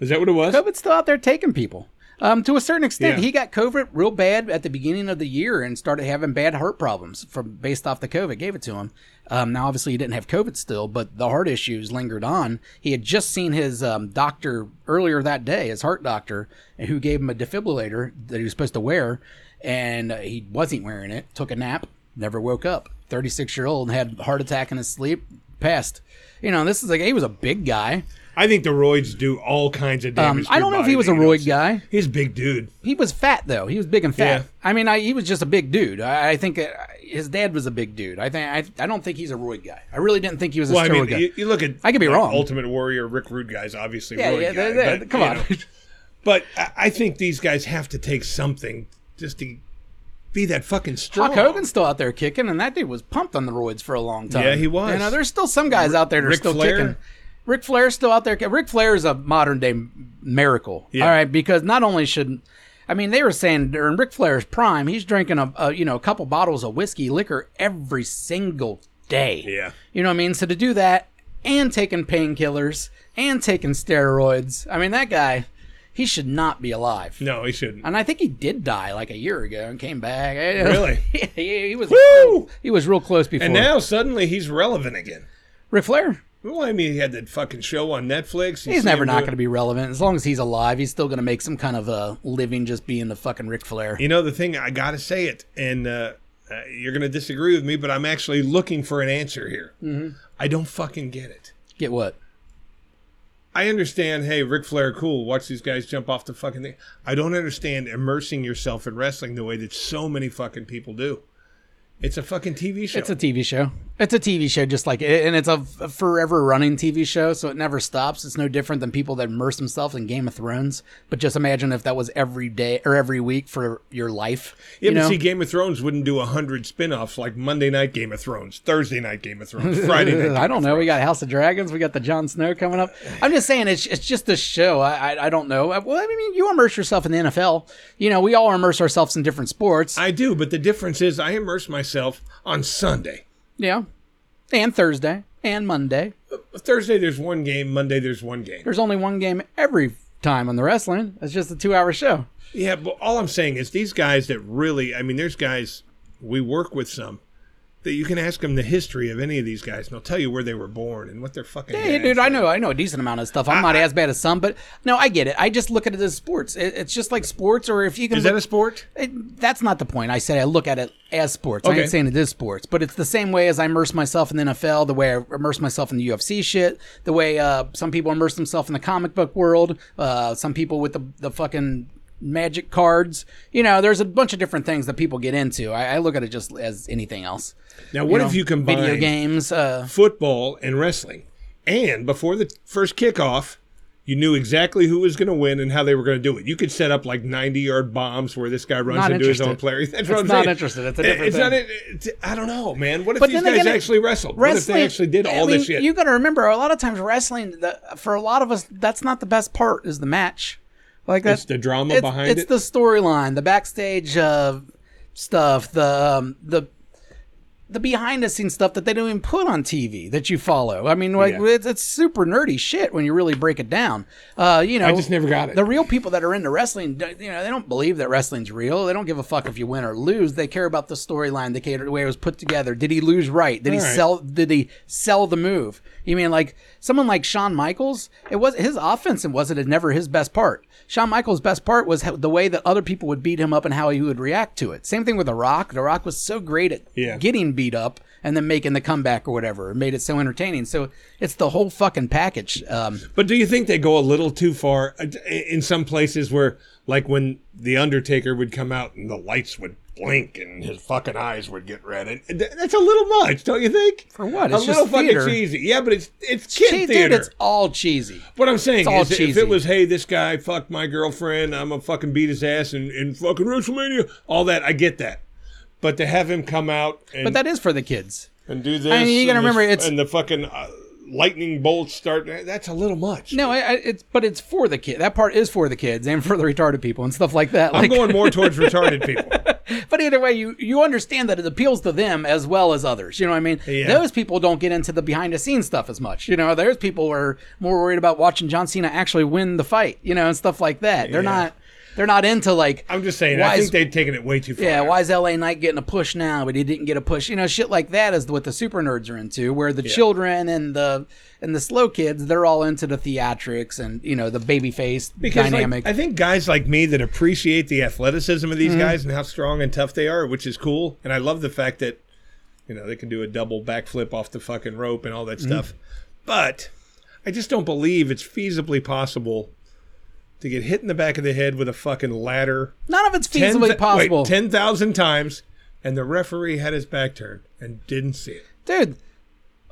S3: Is that what it was?
S2: COVID's still out there taking people. Um, to a certain extent,
S3: Yeah.
S2: he got COVID real bad at the beginning of the year and started having bad heart problems from based off the COVID. Gave it to him. Um, now, obviously, he didn't have COVID still, but the heart issues lingered on. He had just seen his um, doctor earlier that day, his heart doctor, who gave him a defibrillator that he was supposed to wear, and uh, he wasn't wearing it. Took a nap, never woke up. Thirty-six year old had heart attack in his sleep, passed. You know, this is like he was a big guy.
S3: I think the roids do all kinds of damage.
S2: Um, I
S3: to your
S2: don't know if
S3: body
S2: he was a
S3: that you don't
S2: roid
S3: see.
S2: guy.
S3: He's a big dude.
S2: he was fat though. He was big and fat.
S3: Yeah.
S2: I mean, I, he was just a big dude. I, I think uh, his dad was a big dude. I think I, I don't think he's a roid guy. I really didn't think he was a
S3: Well, I
S2: steroid
S3: mean,
S2: guy.
S3: you, you look at
S2: I could be
S3: like,
S2: wrong.
S3: Ultimate Warrior, Rick Rude guys, obviously.
S2: yeah,
S3: roid
S2: yeah.
S3: guy,
S2: they- they-
S3: but,
S2: come
S3: you
S2: on.
S3: know. but I, I think these guys have to take something just to be that fucking strong.
S2: Hulk Hogan's still out there kicking, and that dude was pumped on the roids for a long time.
S3: Yeah, he was.
S2: You know, there's still some guys out there that are
S3: Ric
S2: still
S3: Flair?
S2: kicking. Ric Flair's still out there. ki- Ric Flair is a modern day m- miracle.
S3: Yeah.
S2: All right, because not only should, I mean, they were saying during Ric Flair's prime, he's drinking a, a you know a couple bottles of whiskey liquor every single day.
S3: Yeah.
S2: you know what I mean. So to do that and taking painkillers and taking steroids, I mean, that guy, he should not be alive.
S3: No, he shouldn't.
S2: And I think he did die like a year ago and came back.
S3: Really?
S2: yeah, he, he was.
S3: Woo!
S2: He was real close before.
S3: And now suddenly he's relevant again.
S2: Ric Flair.
S3: Well, I mean, he had that fucking show on Netflix.
S2: He's never not going to be relevant as long as he's alive. He's still going to make some kind of a living just being the fucking Ric Flair.
S3: You know the thing I gotta say it, and uh, uh, you're gonna disagree with me, but I'm actually looking for an answer here.
S2: Mm-hmm.
S3: I don't fucking get it.
S2: Get what?
S3: I understand, hey, Ric Flair, cool, watch these guys jump off the fucking thing. I don't understand immersing yourself in wrestling the way that so many fucking people do. It's a fucking TV show.
S2: It's a TV show. It's a TV show, just like and it's a f- forever running TV show, so it never stops. It's no different than people that immerse themselves in Game of Thrones. But just imagine if that was every day or every week for your life.
S3: yeah,
S2: you
S3: but
S2: know?
S3: see, Game of Thrones wouldn't do a hundred spin-offs like Monday Night Game of Thrones, Thursday Night Game of Thrones, Friday Night. Game
S2: I don't
S3: of
S2: know. We got House of Dragons. We got the Jon Snow coming up. I'm just saying, it's it's just a show. I I, I don't know. I- Well, I mean, you immerse yourself in the NFL. You know, we all immerse ourselves in different sports.
S3: I do, but the difference is I immerse myself on Sunday.
S2: Yeah. And Thursday and Monday.
S3: Thursday there's one game. Monday there's one game.
S2: There's only one game every time on the wrestling. It's just a two hour show.
S3: Yeah, but all I'm saying is these guys that really, I mean, there's guys we work with some that you can ask them the history of any of these guys, and they'll tell you where they were born and what they're fucking.
S2: Hey,
S3: dads
S2: dude, I
S3: did.
S2: know I know a decent amount of stuff. I'm not as bad as some, but no, I get it. I just look at it as sports. It, it's just like sports, or if you can.
S3: Is that a
S2: look-
S3: sport?
S2: it- that's not the point. I said I look at it as sports. I
S3: Okay.
S2: ain't saying it is sports, but it's the same way as I immerse myself in the NFL, the way I immerse myself in the UFC shit, the way uh, some people immerse themselves in the comic book world, uh, some people with the, the fucking magic cards. You know, there's a bunch of different things that people get into. I, I look at it just as anything else.
S3: Now, what
S2: know,
S3: if you combine
S2: video games? Uh,
S3: football and wrestling, and before the first kickoff, you knew exactly who was going to win and how they were going to do it. You could set up like 90 yard bombs where this guy runs
S2: Not
S3: into his own
S2: interested.
S3: player. That's
S2: It's
S3: what I'm
S2: not
S3: saying.
S2: interested. It's a
S3: It-
S2: different
S3: it's not
S2: thing.
S3: a- it's- I don't know, man. What if
S2: But
S3: these
S2: then they
S3: guys
S2: gotta-
S3: actually wrestled? What if they actually did
S2: I
S3: all this
S2: mean,
S3: shit?
S2: You got to remember, a lot of times wrestling, the, for a lot of us, that's not the best part is the match. Like that's
S3: It's the drama
S2: it's,
S3: behind
S2: it's
S3: it?
S2: the storyline, the backstage uh, stuff, the um, the the behind the scenes stuff that they don't even put on TV that you follow. I mean, like
S3: Yeah.
S2: it's, it's super nerdy shit when you really break it down. Uh, you know,
S3: I just never got it.
S2: The real people that are into wrestling, don't- you know, they don't believe that wrestling's real. They don't give a fuck if you win or lose. They care about the storyline. They care the way it was put together. Did he lose right? Did he
S3: All right.
S2: sell? Did he sell the move? You mean like someone like Shawn Michaels? It was his offense, and was it never his best part? Shawn Michaels' best part was how, the way that other people would beat him up and how he would react to it. Same thing with The Rock. The Rock was so great at
S3: Yeah.
S2: getting beat up and then making the comeback or whatever. It made it so entertaining. So it's the whole fucking package. Um,
S3: But do you think they go a little too far uh, in some places where, like when The Undertaker would come out and the lights would blink and his fucking eyes would get red? And th- that's a little much, don't you think?
S2: For what?
S3: A
S2: It's
S3: little
S2: just
S3: fucking
S2: theater.
S3: cheesy. Yeah, but it's it's kid
S2: gee,
S3: theater.
S2: dude, it's all cheesy.
S3: what I'm saying
S2: it's all
S3: is, that if
S2: cheesy.
S3: it was, hey, this guy fucked my girlfriend, I'm gonna fucking beat his ass and, and fucking WrestleMania, all that, I get that. But to have him come out and,
S2: But that is for the kids.
S3: and do this,
S2: I mean, you gotta
S3: and
S2: remember,
S3: this-
S2: it's-
S3: and the fucking uh, lightning bolts start. eh, That's a little much.
S2: No, I, I, it's but it's for the kid. That part is for the kids and for the retarded people and stuff like that.
S3: I'm
S2: Like,
S3: going more towards retarded people.
S2: but either way, you you understand that it appeals to them as well as others. You know what I mean?
S3: Yeah.
S2: Those people don't get into the behind the scenes stuff as much. You know, there's people who are more worried about watching John Cena actually win the fight. You know, and stuff like that. They're
S3: Yeah.
S2: not. They're not into like.
S3: I'm just saying.
S2: Why
S3: I
S2: is-
S3: think they've taken it way too far.
S2: Yeah, why is LA Knight getting a push now, but he didn't get a push? You know, shit like that is what the super nerds are into, where the children and the and the slow kids, they're all into the theatrics and you know the baby face
S3: Because like,
S2: dynamic. Mm-hmm.
S3: I think guys like me that appreciate the athleticism of these guys and how strong and tough they are, which is cool, and I love the fact that you know they can do a double backflip off the fucking rope and all that
S2: Mm-hmm.
S3: stuff. But I just don't believe it's feasibly possible to get hit in the back of the head with a fucking ladder
S2: None of it's
S3: 10
S2: feasibly
S3: thou-
S2: possible,
S3: wait, ten thousand times, and the referee had his back turned and didn't see it.
S2: dude.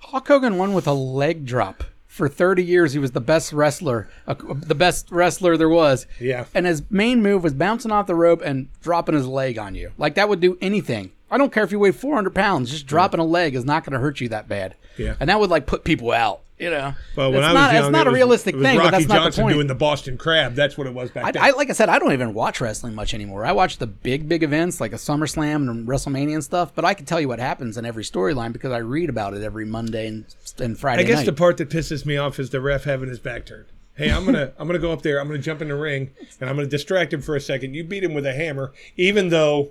S2: Hulk Hogan won with a leg drop. For 30 years, he was the best wrestler, uh, the best wrestler there was.
S3: Yeah.
S2: And his main move was bouncing off the rope and dropping his leg on you. Like that would do anything. I don't care if you weigh 400 pounds, just dropping a leg is not going to hurt you that bad.
S3: Yeah.
S2: And that would like put people out, you know?
S3: But Uh, when
S2: it's
S3: I was
S2: not,
S3: young,
S2: it's not
S3: it
S2: a
S3: was-
S2: realistic
S3: it was
S2: thing,
S3: Rocky
S2: but that's
S3: Johnson
S2: not the point.
S3: doing the Boston Crab. That's what it was back then.
S2: I, I like I said, I don't even watch wrestling much anymore. I watch the big, big events like a SummerSlam and WrestleMania and stuff, but I can tell you what happens in every storyline because I read about it every Monday and, and Friday
S3: I guess
S2: night.
S3: the part that pisses me off is the ref having his back turned. Hey, I'm gonna I'm gonna go up there. I'm gonna jump in the ring and I'm gonna distract him for a second. You beat him with a hammer, even though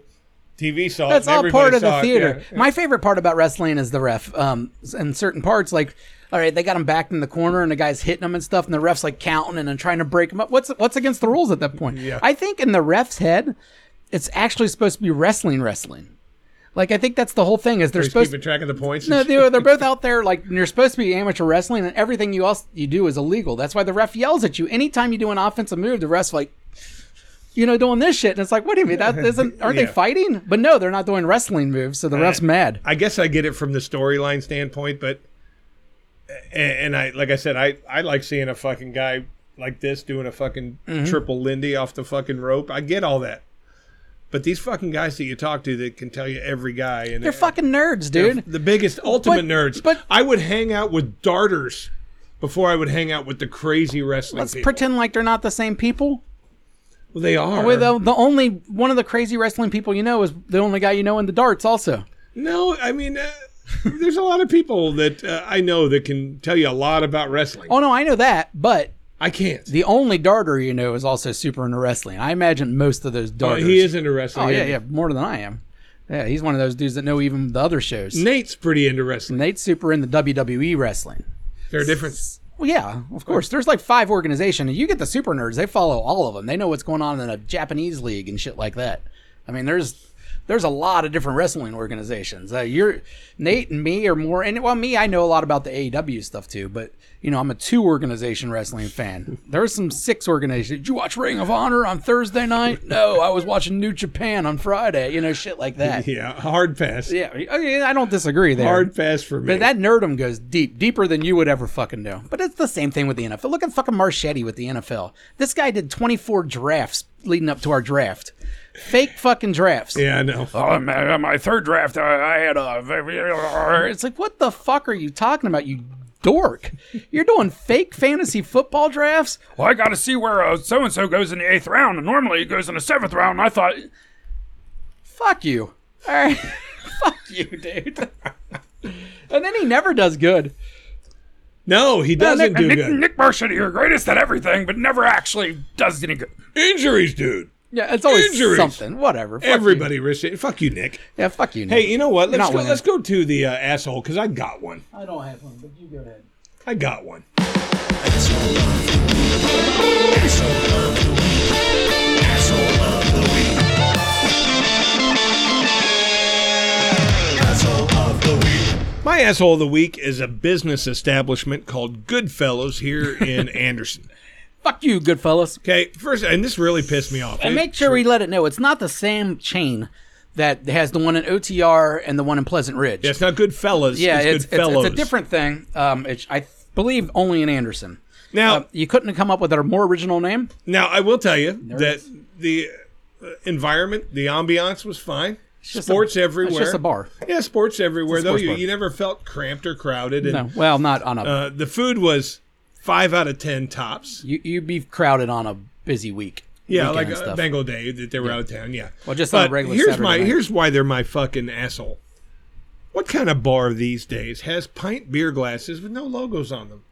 S3: TV saw
S2: That's
S3: it. and
S2: all
S3: everybody
S2: part of
S3: saw
S2: the
S3: it.
S2: theater.
S3: Yeah.
S2: My favorite part about wrestling is the ref. Um, in certain parts, like, all right, they got him backed in the corner, and the guy's hitting him and stuff, and the ref's like counting and then trying to break him up. What's what's against the rules at that point?
S3: Yeah.
S2: I think in the ref's head, it's actually supposed to be wrestling, wrestling. Like, I think that's the whole thing. Is they're
S3: He's
S2: supposed
S3: keeping track of the points.
S2: No, they're, they're both out there. Like you're supposed to be amateur wrestling, and everything you else you do is illegal. That's why the ref yells at you anytime you do an offensive move. The ref's like, you know, doing this shit, and it's like, what do you mean? That isn't? Aren't
S3: Yeah.
S2: they fighting? But no, they're not doing wrestling moves. So the ref's mad.
S3: I guess I get it from the storyline standpoint, but and, and I like I said, I I like seeing a fucking guy like this doing a fucking
S2: Mm-hmm.
S3: triple Lindy off the fucking rope. I get all that. But these fucking guys that you talk to that can tell you every guy and
S2: They're fucking nerds, dude.
S3: The biggest ultimate
S2: But-
S3: nerds.
S2: but-
S3: I would hang out with darters before I would hang out with the crazy wrestling
S2: Let's
S3: people.
S2: pretend like they're not the same people.
S3: Well, they are.
S2: With the, the only one of the crazy wrestling people you know is the only guy you know in the darts. Also,
S3: no, I mean, uh, There's a lot of people that uh, I know that can tell you a lot about wrestling.
S2: Oh no, I know that, but
S3: I can't.
S2: the only darter you know is also super into wrestling. I imagine most of those
S3: Uh,
S2: darters.
S3: he is into wrestling.
S2: Oh yeah,
S3: isn't he?
S2: yeah, more than I am. Yeah, he's one of those dudes that know even the other shows.
S3: Nate's pretty into wrestling.
S2: Nate's super into WWE E wrestling.
S3: There are differences.
S2: Well, yeah, of course. There's like five organizations. You get the super nerds; they follow all of them. They know what's going on in the Japanese league and shit like that. I mean, there's there's a lot of different wrestling organizations. Uh, you're Nate and me are more, and well, me I know a lot about the AEW stuff too. But you know, I'm a two organization wrestling fan. There's some six organizations. Did you watch Ring of Honor on Thursday night? No, I was watching New Japan on Friday. You know, shit like that. Yeah,
S3: Yeah, hard pass.
S2: I mean, I don't disagree there.
S3: Hard pass for me.
S2: But that nerdum goes deep, deeper than you would ever fucking know. But it's the same thing with the NFL. Look at fucking Marchetti with the NFL. This guy did 24 drafts leading up to our draft. Fake fucking drafts.
S3: yeah, I know.
S2: Oh, my, my third draft, I, I had a. It's like, what the fuck are you talking about, you dork? You're doing fake fantasy football drafts?
S1: Well, I got to see where so and so goes in the eighth round, and normally he goes in the seventh round. And I thought,
S2: Fuck you. All right. fuck you, dude. and then he never does good.
S3: No, he doesn't do
S1: Nick,
S3: good.
S1: Nick Marchetti, you're greatest at everything, but never actually does any good.
S3: Injuries, dude.
S2: Yeah, it's always
S3: Injuries.
S2: something. Whatever. Fuck you.
S3: Everybody risks it. Fuck you, Nick.
S2: Yeah, fuck you.
S3: Hey, you know what? Let's
S2: not
S3: go,
S2: winning.
S3: let's go to the uh, asshole because I got one.
S2: I don't have one, but you go ahead.
S3: I got one. My asshole of the week is a business establishment called Goodfellows here in Anderson.
S2: Fuck you, good fellas.
S3: Okay, first, and this really pissed me off.
S2: And
S3: It-
S2: make sure we let it know it's not the same chain that has the one in OTR and the one in Pleasant Ridge.
S3: Yeah, it's not Goodfellas.
S2: yeah, it's,
S3: it's,
S2: it's, it's
S3: Goodfellows.
S2: a different thing. Um, it's, I believe only in Anderson.
S3: Now,
S2: Uh, you couldn't have come up with a more original name.
S3: now I will tell you that the uh, environment, the ambiance was fine.
S2: just
S3: sports
S2: a- it's
S3: everywhere.
S2: just a bar.
S3: Yeah, sports everywhere. though
S2: sports
S3: you,
S2: bar.
S3: you never felt cramped or crowded, and
S2: No, well, not on a.
S3: uh, the food was five out of ten tops.
S2: you you'd be crowded on a busy week.
S3: Yeah,
S2: weekend
S3: like
S2: and
S3: a
S2: stuff.
S3: Bengal day that they were out of town. Yeah.
S2: Well, just
S3: but
S2: on a regular
S3: here's
S2: Saturday
S3: my
S2: night.
S3: here's why they're my fucking asshole. What kind of bar these days has pint beer glasses with no logos on them?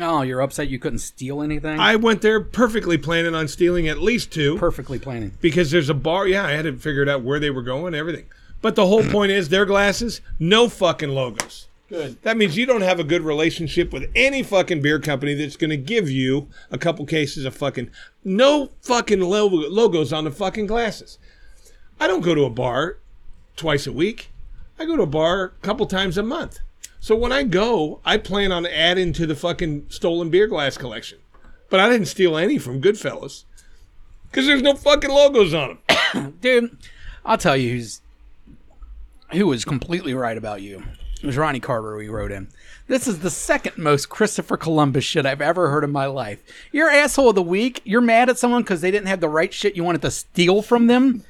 S2: Oh, you're upset you couldn't steal anything.
S3: I went there perfectly planning on stealing at least two.
S2: Perfectly planning.
S3: because there's a bar. Yeah, I had to figure out where they were going, everything. But the whole point is their glasses, no fucking logos. Good. That means you don't have a good relationship with any fucking beer company that's going to give you a couple cases of fucking no fucking lo- logos on the fucking glasses. I don't go to a bar twice a week. I go to a bar a couple times a month. So when I go, I plan on adding to the fucking stolen beer glass collection. But I didn't steal any from Goodfellas because there's no fucking logos on them.
S2: dude. I'll tell you who's who was completely right about you. It was Ronnie Carter we wrote in. This is the second most Christopher Columbus shit I've ever heard in my life. Your asshole of the week. You're mad at someone because they didn't have the right shit you wanted to steal from them.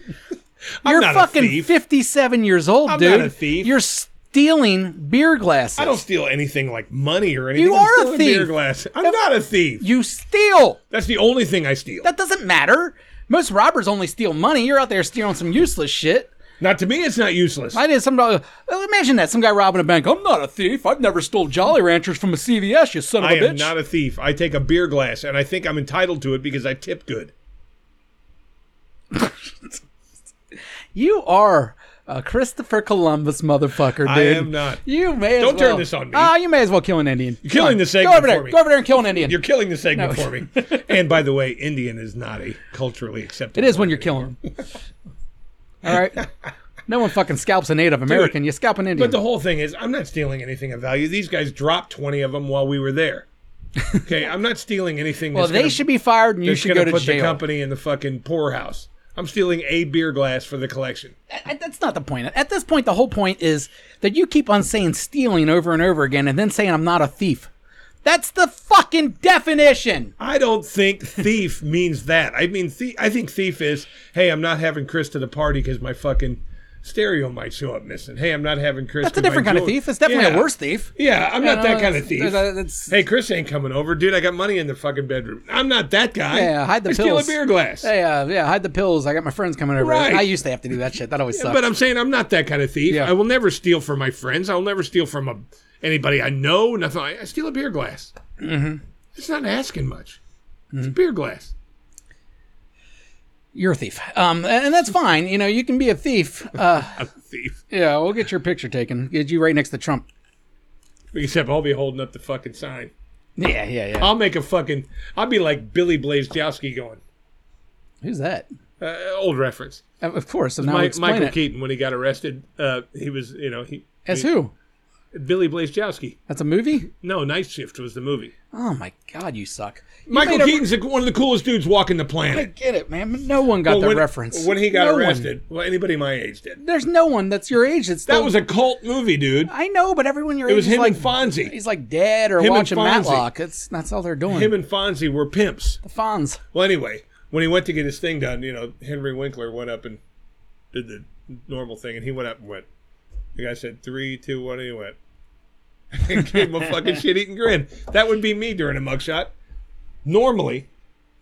S2: You're
S3: not a
S2: fucking
S3: thief.
S2: 57 years old,
S3: I'm
S2: dude.
S3: not a thief.
S2: You're stealing beer glasses.
S3: I don't steal anything like money or anything.
S2: You
S3: I'm
S2: are a
S3: stealing
S2: thief.
S3: Beer glass. I'm not a thief.
S2: you steal.
S3: That's the only thing I steal.
S2: That doesn't matter. Most robbers only steal money. You're out there stealing some useless shit.
S3: Not to me. It's not useless.
S2: I did some. uh, imagine that some guy robbing a bank. I'm not a thief. I've never stole Jolly Ranchers from a CVS. You son of
S3: I
S2: a
S3: am
S2: bitch.
S3: not a thief. I take a beer glass, and I think I'm entitled to it because I tip good.
S2: you are a Christopher Columbus motherfucker, dude.
S3: I am not.
S2: You may as
S3: Don't
S2: well.
S3: turn this on me.
S2: Ah, you may as well kill an Indian. You're
S3: killing the
S2: Go
S3: segment
S2: over there.
S3: for me.
S2: Go over there and kill an Indian.
S3: You're killing the segment
S2: No.
S3: for me. and by the way, Indian is not a culturally acceptable.
S2: It is when you're killing them. All right. No one fucking scalps a Native American. you scalp an Indian.
S3: But the whole thing is, I'm not stealing anything of value. These guys dropped 20 of them while we were there. Okay, I'm not stealing anything.
S2: well,
S3: that's
S2: they
S3: gonna-
S2: should be fired, and you
S3: It's
S2: should
S3: going
S2: go
S3: to
S2: to
S3: put the
S2: jail.
S3: company in the fucking poorhouse. I'm stealing a beer glass for the collection.
S2: I- that's not the point. At this point, the whole point is that you keep on saying stealing over and over again and then saying I'm not a thief. That's the fucking definition.
S3: I don't think thief means that. I mean, thie- I think thief is, hey, I'm not having Chris to the party because my fucking stereo might show up missing. Hey, I'm not having Chris.
S2: That's a
S3: with my
S2: different kind of
S3: jewelry.
S2: thief. It's definitely
S3: Yeah.
S2: a worse thief.
S3: Yeah, I'm not
S2: You know,
S3: that kind of
S2: it's-
S3: thief.
S2: there's a- it's-
S3: hey, Chris ain't coming over, dude. I got money in the fucking bedroom. I'm not that guy.
S2: Yeah, hide the
S3: I
S2: pills.
S3: Steal a beer glass.
S2: Hey, uh, yeah, hide the pills. I got my friends coming over.
S3: Right.
S2: I used to have to do that shit. That always sucked.
S3: But uh, I'm saying I'm not that kind of thief.
S2: Yeah.
S3: I will never steal from my friends. I'll never steal from a, anybody I know. Nothing. I, I steal a beer glass. Mm-hmm. It's not asking much. It's
S2: Mm-hmm.
S3: a beer glass.
S2: You're a thief. Um, and that's fine. You know, you can be a thief. Uh,
S3: I'm a thief.
S2: yeah, we'll get your picture taken. Get you right next to Trump.
S3: Except I'll be holding up the fucking sign.
S2: Yeah, yeah, yeah.
S3: I'll make a fucking. I'll be like Billy Blaze Jowski going.
S2: Who's that?
S3: Uh, old reference.
S2: Of of course. So now
S3: Mi-
S2: explain
S3: Michael
S2: it.
S3: Keaton when he got arrested. Uh, he was you know he
S2: As
S3: he-
S2: who?
S3: Billy Blaze Jowski.
S2: That's a movie?
S3: No, Night Shift was the movie.
S2: Oh my God, you suck. You
S3: Michael
S2: made a-
S3: Keaton's the- one of the coolest dudes walking the
S2: I
S3: planet.
S2: get it, man. But no one got the
S3: when,
S2: reference.
S3: when he got
S2: No one.
S3: arrested, well, anybody my age did.
S2: There's no one that's your age. That's
S3: That
S2: still-
S3: was a cult movie, dude.
S2: I know, but everyone your
S3: It
S2: age
S3: was
S2: is
S3: him
S2: like
S3: and Fonzie.
S2: He's like dead or
S3: Him and
S2: watching
S3: Fonzie.
S2: Matlock. That's that's all they're doing.
S3: Him and Fonzie were pimps.
S2: the Fonz.
S3: Well, anyway, when he went to get his thing done, you know, Henry Winkler went up and did the normal thing, and he went up and went. The guy said three, two, one, and he went. and gave him a fucking shit-eating grin. That would be me during a mugshot, normally,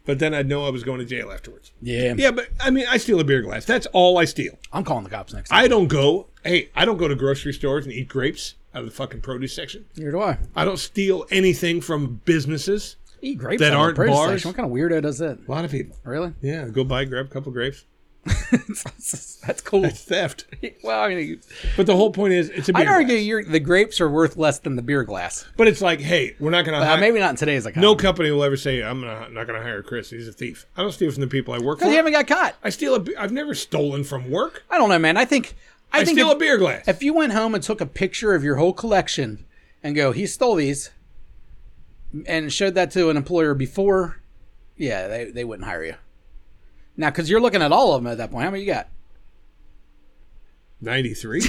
S3: but then I'd know I was going to jail afterwards.
S2: Yeah.
S3: Yeah, but I mean, I steal a beer glass. That's all I steal.
S2: I'm calling the cops next. Time.
S3: I don't go. Hey, I don't go to grocery stores and eat grapes out of the fucking produce section.
S2: Here do I.
S3: I don't steal anything from businesses.
S2: Eat grapes out of
S3: That
S2: the
S3: aren't
S2: produce
S3: bars?
S2: section. What kind of weirdo does that?
S3: A lot of people.
S2: Really?
S3: Yeah, go buy, grab a couple grapes.
S2: that's cool.
S3: It's theft.
S2: well, I mean,
S3: But the whole point is, it's a beer.
S2: I'd argue
S3: glass.
S2: you're, the grapes are worth less than the beer glass.
S3: but it's like, hey, we're not going to
S2: Uh,
S3: hire.
S2: maybe not in today's economy.
S3: No company will ever say, I'm not, not going to hire Chris. He's a thief. I don't steal from the people I work for.
S2: because you haven't got caught.
S3: I steal a. be- I've never stolen from work.
S2: I don't know, man. I think I,
S3: I,
S2: think
S3: steal
S2: if,
S3: a beer glass.
S2: if you went home and took a picture of your whole collection and go, he stole these, and showed that to an employer before, yeah, they, they wouldn't hire you. Now, because you're looking at all of them at that point. How many you got?
S3: 93.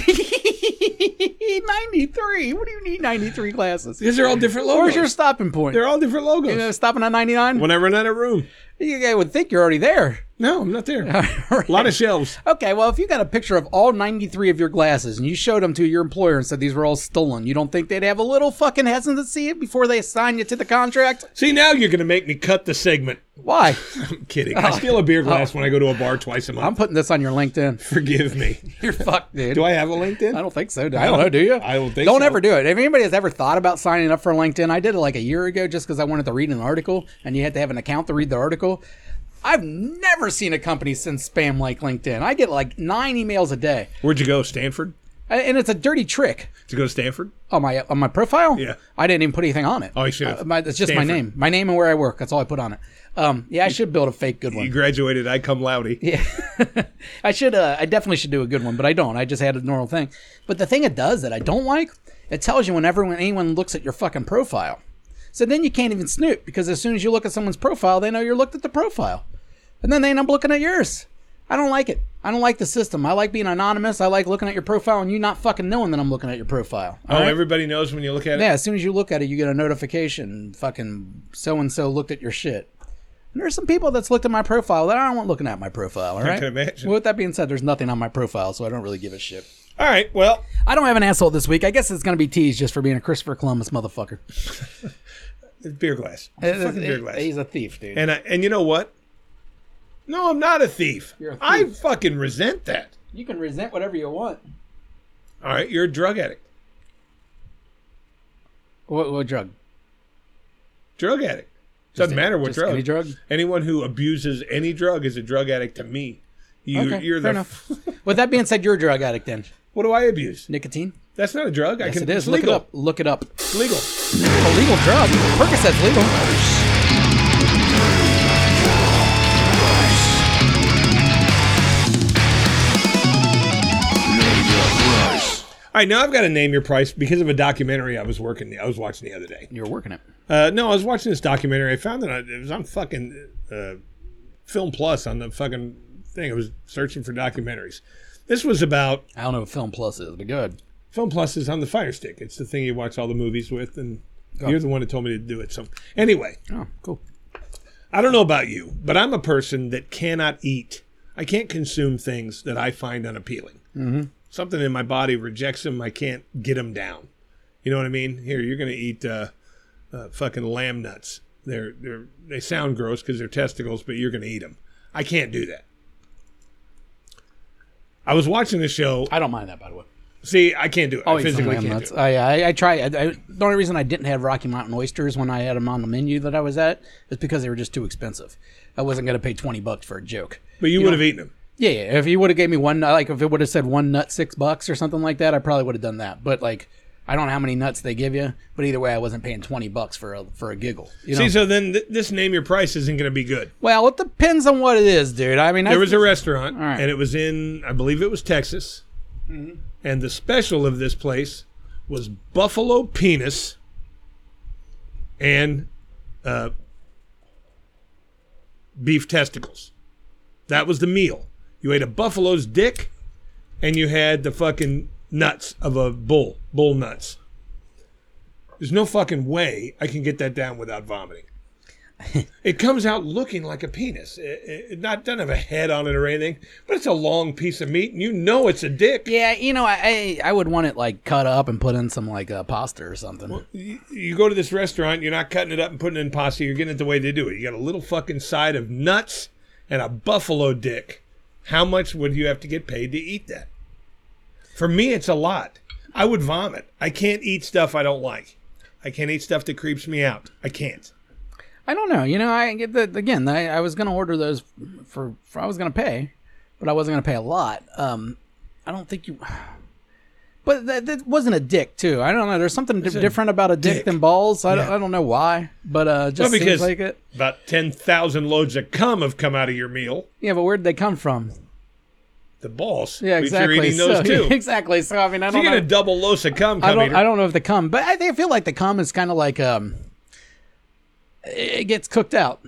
S2: 93. What do you need 93 glasses?
S3: These are all different logos.
S2: Where's your stopping point?
S3: They're all different logos.
S2: You know, stopping at 99?
S3: When I run out of room.
S2: You guys would think you're already there.
S3: No, I'm not there. A lot of shelves.
S2: Okay, well, if you got a picture of all 93 of your glasses and you showed them to your employer and said these were all stolen, you don't think they'd have a little fucking hesitancy before they assign you to the contract?
S3: See, now you're going to make me cut the segment.
S2: Why?
S3: I'm kidding.
S2: Oh.
S3: I steal a beer glass when I go to a bar twice a month.
S2: I'm putting this on your LinkedIn.
S3: Forgive me.
S2: You're fucked, dude.
S3: Do I have a LinkedIn?
S2: I don't think so. Do I, I don't know. Do you?
S3: I don't think
S2: Don't
S3: so.
S2: ever do it. If anybody has ever thought about signing up for LinkedIn, I did it like a year ago just because I wanted to read an article, and you had to have an account to read the article. I've never seen a company send spam like LinkedIn. I get like nine emails a day,
S3: Where'd you go? Stanford?
S2: A- and it's a dirty trick.
S3: Did you go to Stanford?
S2: On Oh, my on my profile,
S3: Yeah.
S2: I didn't even put anything on it.
S3: Oh, you should have.
S2: Uh, my, it's just my
S3: Stanford.
S2: name, my name and where I work. That's all I put on it. Um, yeah, I should build a fake good
S3: You
S2: one.
S3: graduated. I come loudy.
S2: Oh. Yeah, I should. Uh, I definitely should do a good one, but I don't. I just had a normal thing. But the thing it does that I don't like, it tells you whenever when anyone looks at your fucking profile. So then you can't even snoop because as soon as you look at someone's profile, they know you looked at the profile, and then they end up looking at yours. I don't like it. I don't like the system. I like being anonymous. I like looking at your profile and you not fucking knowing that I'm looking at your profile.
S3: Oh, everybody knows when you look at it.
S2: Yeah, as soon as you look at it, you get a notification. Fucking so and so looked at your shit. And there's some people that's looked at my profile that I don't want looking at my profile. All right.
S3: can imagine.
S2: Well, with that being said, there's nothing on my profile, so I don't really give a shit.
S3: All right. Well,
S2: I don't have an asshole this week. I guess it's gonna be teased just for being a Christopher Columbus motherfucker.
S3: beer glass. Fucking beer glass.
S2: He's a thief, dude.
S3: and I, and you know what? No, I'm not a thief.
S2: You're a thief.
S3: I fucking resent that.
S2: you can resent whatever you want.
S3: All right, you're a drug addict.
S2: What, what drug?
S3: Drug addict. Doesn't matter what
S2: just
S3: drug.
S2: any drug?
S3: Anyone who abuses any drug is a drug addict to me. You,
S2: Okay,
S3: you're
S2: fair
S3: the.
S2: enough. With that being said, you're a drug addict then.
S3: What do I abuse?
S2: Nicotine?
S3: That's not a drug. I
S2: Yes,
S3: can.
S2: it is.
S3: It's
S2: Look
S3: legal.
S2: it up. Look it up.
S3: It's legal.
S2: A legal drug. Percocet's legal.
S3: All right, now I've got to name your price because of a documentary I was working. I was watching the other day.
S2: You're working it.
S3: Uh, no, I was watching this documentary. I found it. on- It was on fucking uh, Film Plus on the fucking thing. I was searching for documentaries. This was about
S2: I don't know what Film Plus is, but good.
S3: Film Plus is on the Fire Stick. It's the thing you watch all the movies with, and you're the one that told me to do it. So anyway,
S2: Oh, cool.
S3: I don't know about you, but I'm a person that cannot eat. I can't consume things that I find unappealing.
S2: Mm-hmm.
S3: Something in my body rejects him. I can't get him down. You know what I mean? Here, you're going to eat uh, uh, fucking lamb nuts. They're they're they sound gross because they're testicles, but you're going to eat them. I can't do that. I was watching the show.
S2: I don't mind that, by the way.
S3: See, I can't do it.
S2: Oh,
S3: I
S2: eat some
S3: physically
S2: lamb
S3: can't
S2: nuts.
S3: do it.
S2: I, I, I try. I, I, the only reason I didn't have Rocky Mountain oysters when I had them on the menu that I was at is because they were just too expensive. I wasn't going to pay twenty bucks for a joke.
S3: But you, would have eaten them.
S2: Yeah, yeah. If you would have gave me one, like if it would have said one nut six bucks or something like that, I probably would have done that. But like, I don't know how many nuts they give you, but either way, I wasn't paying twenty bucks for a for a giggle. You know?
S3: See, so then th- this name your price isn't going to be good.
S2: well, it depends on what it is, dude. I mean, I,
S3: There was a restaurant,
S2: All right.
S3: and it was in, I believe it was Texas. And the special of this place was buffalo penis and uh, beef testicles. That was the meal. You ate a buffalo's dick, and you had the fucking nuts of a bull, bull nuts. There's no fucking way I can get that down without vomiting. It comes out looking like a penis. It, it- it not doesn't have a head on it or anything, but it's a long piece of meat, and you know it's a dick.
S2: yeah, you know, I, I I would want it like cut up and put in some like uh, pasta or something.
S3: You, you go to this restaurant, you're not cutting it up and putting it in pasta. You're getting it the way they do it. You got a little fucking side of nuts and a buffalo dick. How much would you have to get paid to eat that? For me, it's a lot. I would vomit. I can't eat stuff I don't like. I can't eat stuff that creeps me out. I can't.
S2: I don't know. You know, I get the again. I, I was gonna order those for, for I was gonna pay, but I wasn't gonna pay a lot. Um, I don't think you. But that, that wasn't a dick too. I don't know. There's something di- different about a dick,
S3: dick.
S2: than balls. I, don't,
S3: Yeah.
S2: I don't know why, but uh, it just
S3: Well,
S2: seems
S3: because
S2: like it.
S3: about ten thousand loads of cum have come out of your meal.
S2: Yeah, but where'd they come from?
S3: The balls.
S2: Yeah,
S3: But You're
S2: exactly.
S3: eating those
S2: So,
S3: too.
S2: exactly. So I mean, I
S3: So
S2: don't
S3: you get a
S2: know.
S3: double loss of cum
S2: I
S3: cum
S2: don't.
S3: eater.
S2: I don't know if they come, but I think I feel like the cum is kind of like um, it gets cooked out.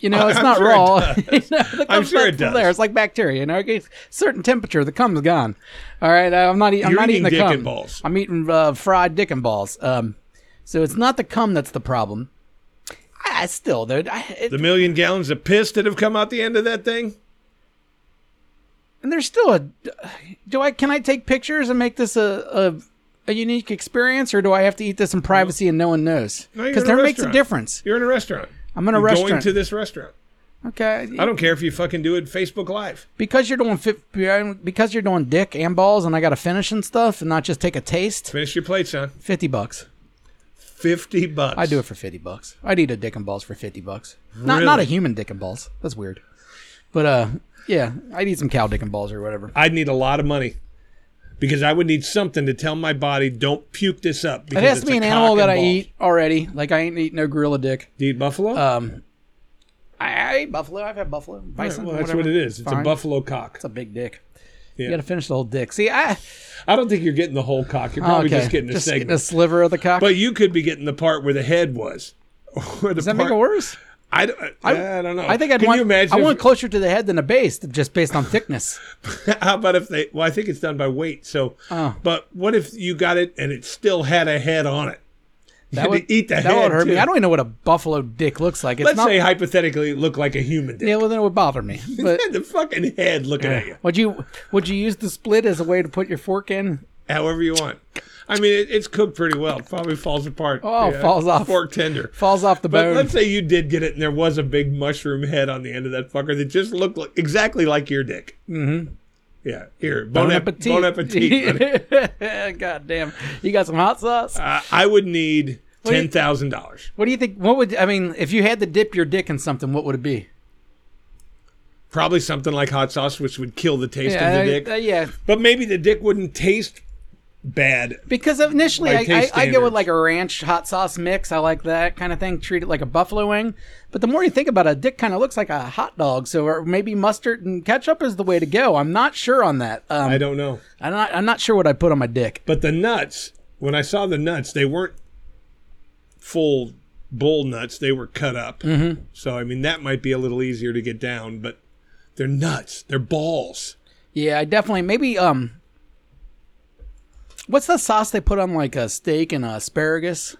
S2: You know, it's
S3: I'm
S2: not
S3: sure it
S2: raw. You know, the
S3: I'm
S2: cum's
S3: sure
S2: not
S3: it
S2: from
S3: does.
S2: There, it's like bacteria. You know, it gets certain temperature, the cum's gone. All right, I- I'm not. eat- I'm
S3: You're
S2: not eating,
S3: eating
S2: the
S3: dick
S2: cum.
S3: and balls.
S2: I'm eating uh, fried dick and balls. Um, so it's not the cum that's the problem. I, I still, dude. I, it,
S3: the million gallons of piss that have come out the end of that thing.
S2: and there's still a. Do I? Can I take pictures and make this a a, a unique experience, or do I have to eat this in privacy and no one knows?
S3: No, you're
S2: Because
S3: in a
S2: there makes a
S3: restaurant.
S2: difference.
S3: You're in a restaurant.
S2: I'm in a
S3: You're Going
S2: restaurant.
S3: to this restaurant.
S2: Okay.
S3: I don't care if you fucking do it Facebook Live.
S2: because you're doing fi- because you're doing dick and balls, and I got to finish and stuff, and not just take a taste.
S3: Finish your plate, son.
S2: Fifty bucks.
S3: Fifty bucks.
S2: I do it for fifty bucks. I'd eat a dick and balls for fifty bucks. Not not a
S3: Really?
S2: human dick and balls. That's weird. But uh, yeah, I'd eat some cow dick and balls or whatever.
S3: I'd need a lot of money because I would need something to tell my body don't puke this up.
S2: It
S3: Because
S2: has to
S3: it's
S2: be an
S3: a cock
S2: animal
S3: and
S2: that I
S3: balls.
S2: eat already. Like I ain't eat no gorilla dick.
S3: Do you eat buffalo?
S2: Um, I, I ate buffalo. I've had buffalo, bison.
S3: well, that's
S2: whatever.
S3: what it is. It's
S2: Fine.
S3: a buffalo cock.
S2: It's a big dick.
S3: Yeah.
S2: You got to finish the whole dick. See, I
S3: I don't think you're getting the whole cock. You're probably
S2: okay.
S3: just getting a segment.
S2: a sliver of the cock.
S3: But you could be getting the part where the head was. Or the
S2: Does that make it worse?
S3: I don't, uh, I, don't know.
S2: I think I'd
S3: Can
S2: want.
S3: you imagine
S2: I
S3: if-
S2: want closer to the head than the base, just based on thickness.
S3: How about if they? Well, I think it's done by weight. So,
S2: Oh.
S3: but what if you got it and it still had a head on it? You
S2: That
S3: had to
S2: would
S3: eat the
S2: That
S3: head.
S2: would hurt me.
S3: too.
S2: I don't even know what a buffalo dick looks like. It's
S3: Let's
S2: not,
S3: say hypothetically, it looked like a human dick.
S2: yeah, well, then it would bother me. But
S3: the fucking head looking at you,
S2: would you would you use the split as a way to put your fork in?
S3: however you want. I mean, it, it's cooked pretty well. It probably falls apart.
S2: Oh, falls off.
S3: Fork tender.
S2: Falls off the
S3: But
S2: bone.
S3: let's say you did get it, and there was a big mushroom head on the end of that fucker that just looked like, exactly like your dick. Mm-hmm. Yeah. Here, bon, ap- Bon appetit. buddy.
S2: God damn, you got some hot sauce.
S3: Uh, I would need
S2: do you-
S3: ten thousand dollars.
S2: what do you think? What would I mean if you had to dip your dick in something? What would it be?
S3: Probably something like hot sauce, which would kill the taste
S2: Yeah,
S3: of the dick.
S2: uh, yeah.
S3: but maybe the dick wouldn't taste bad.
S2: Because initially,
S3: By
S2: I, I,
S3: taste
S2: I go with
S3: standards.
S2: like a ranch hot sauce mix. I like that kind of thing. Treat it like a buffalo wing. But the more you think about it, a dick kind of looks like a hot dog. So or maybe mustard and ketchup is the way to go. I'm not sure on that. Um,
S3: I don't know.
S2: I'm not. I'm not sure what I put on my dick.
S3: But the nuts, when I saw the nuts, they weren't full bull nuts. They were cut up. Mm-hmm. So I mean, that might be a little easier to get down. But they're nuts. They're balls.
S2: Yeah, I definitely maybe. Um, what's the sauce they put on like a steak and asparagus?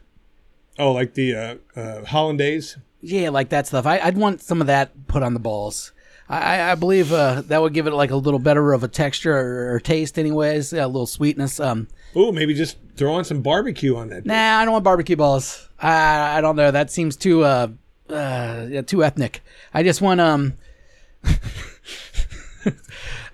S3: Oh, like the uh, uh, hollandaise.
S2: Yeah, like that stuff. I, I'd want some of that put on the balls. I, I- I believe uh, that would give it like a little better of a texture or, or taste, anyways. A little sweetness. Um,
S3: Ooh, maybe just throw on some barbecue on that.
S2: nah, I don't want barbecue balls. I, I don't know. That seems too uh, uh, yeah, too ethnic. I just want um.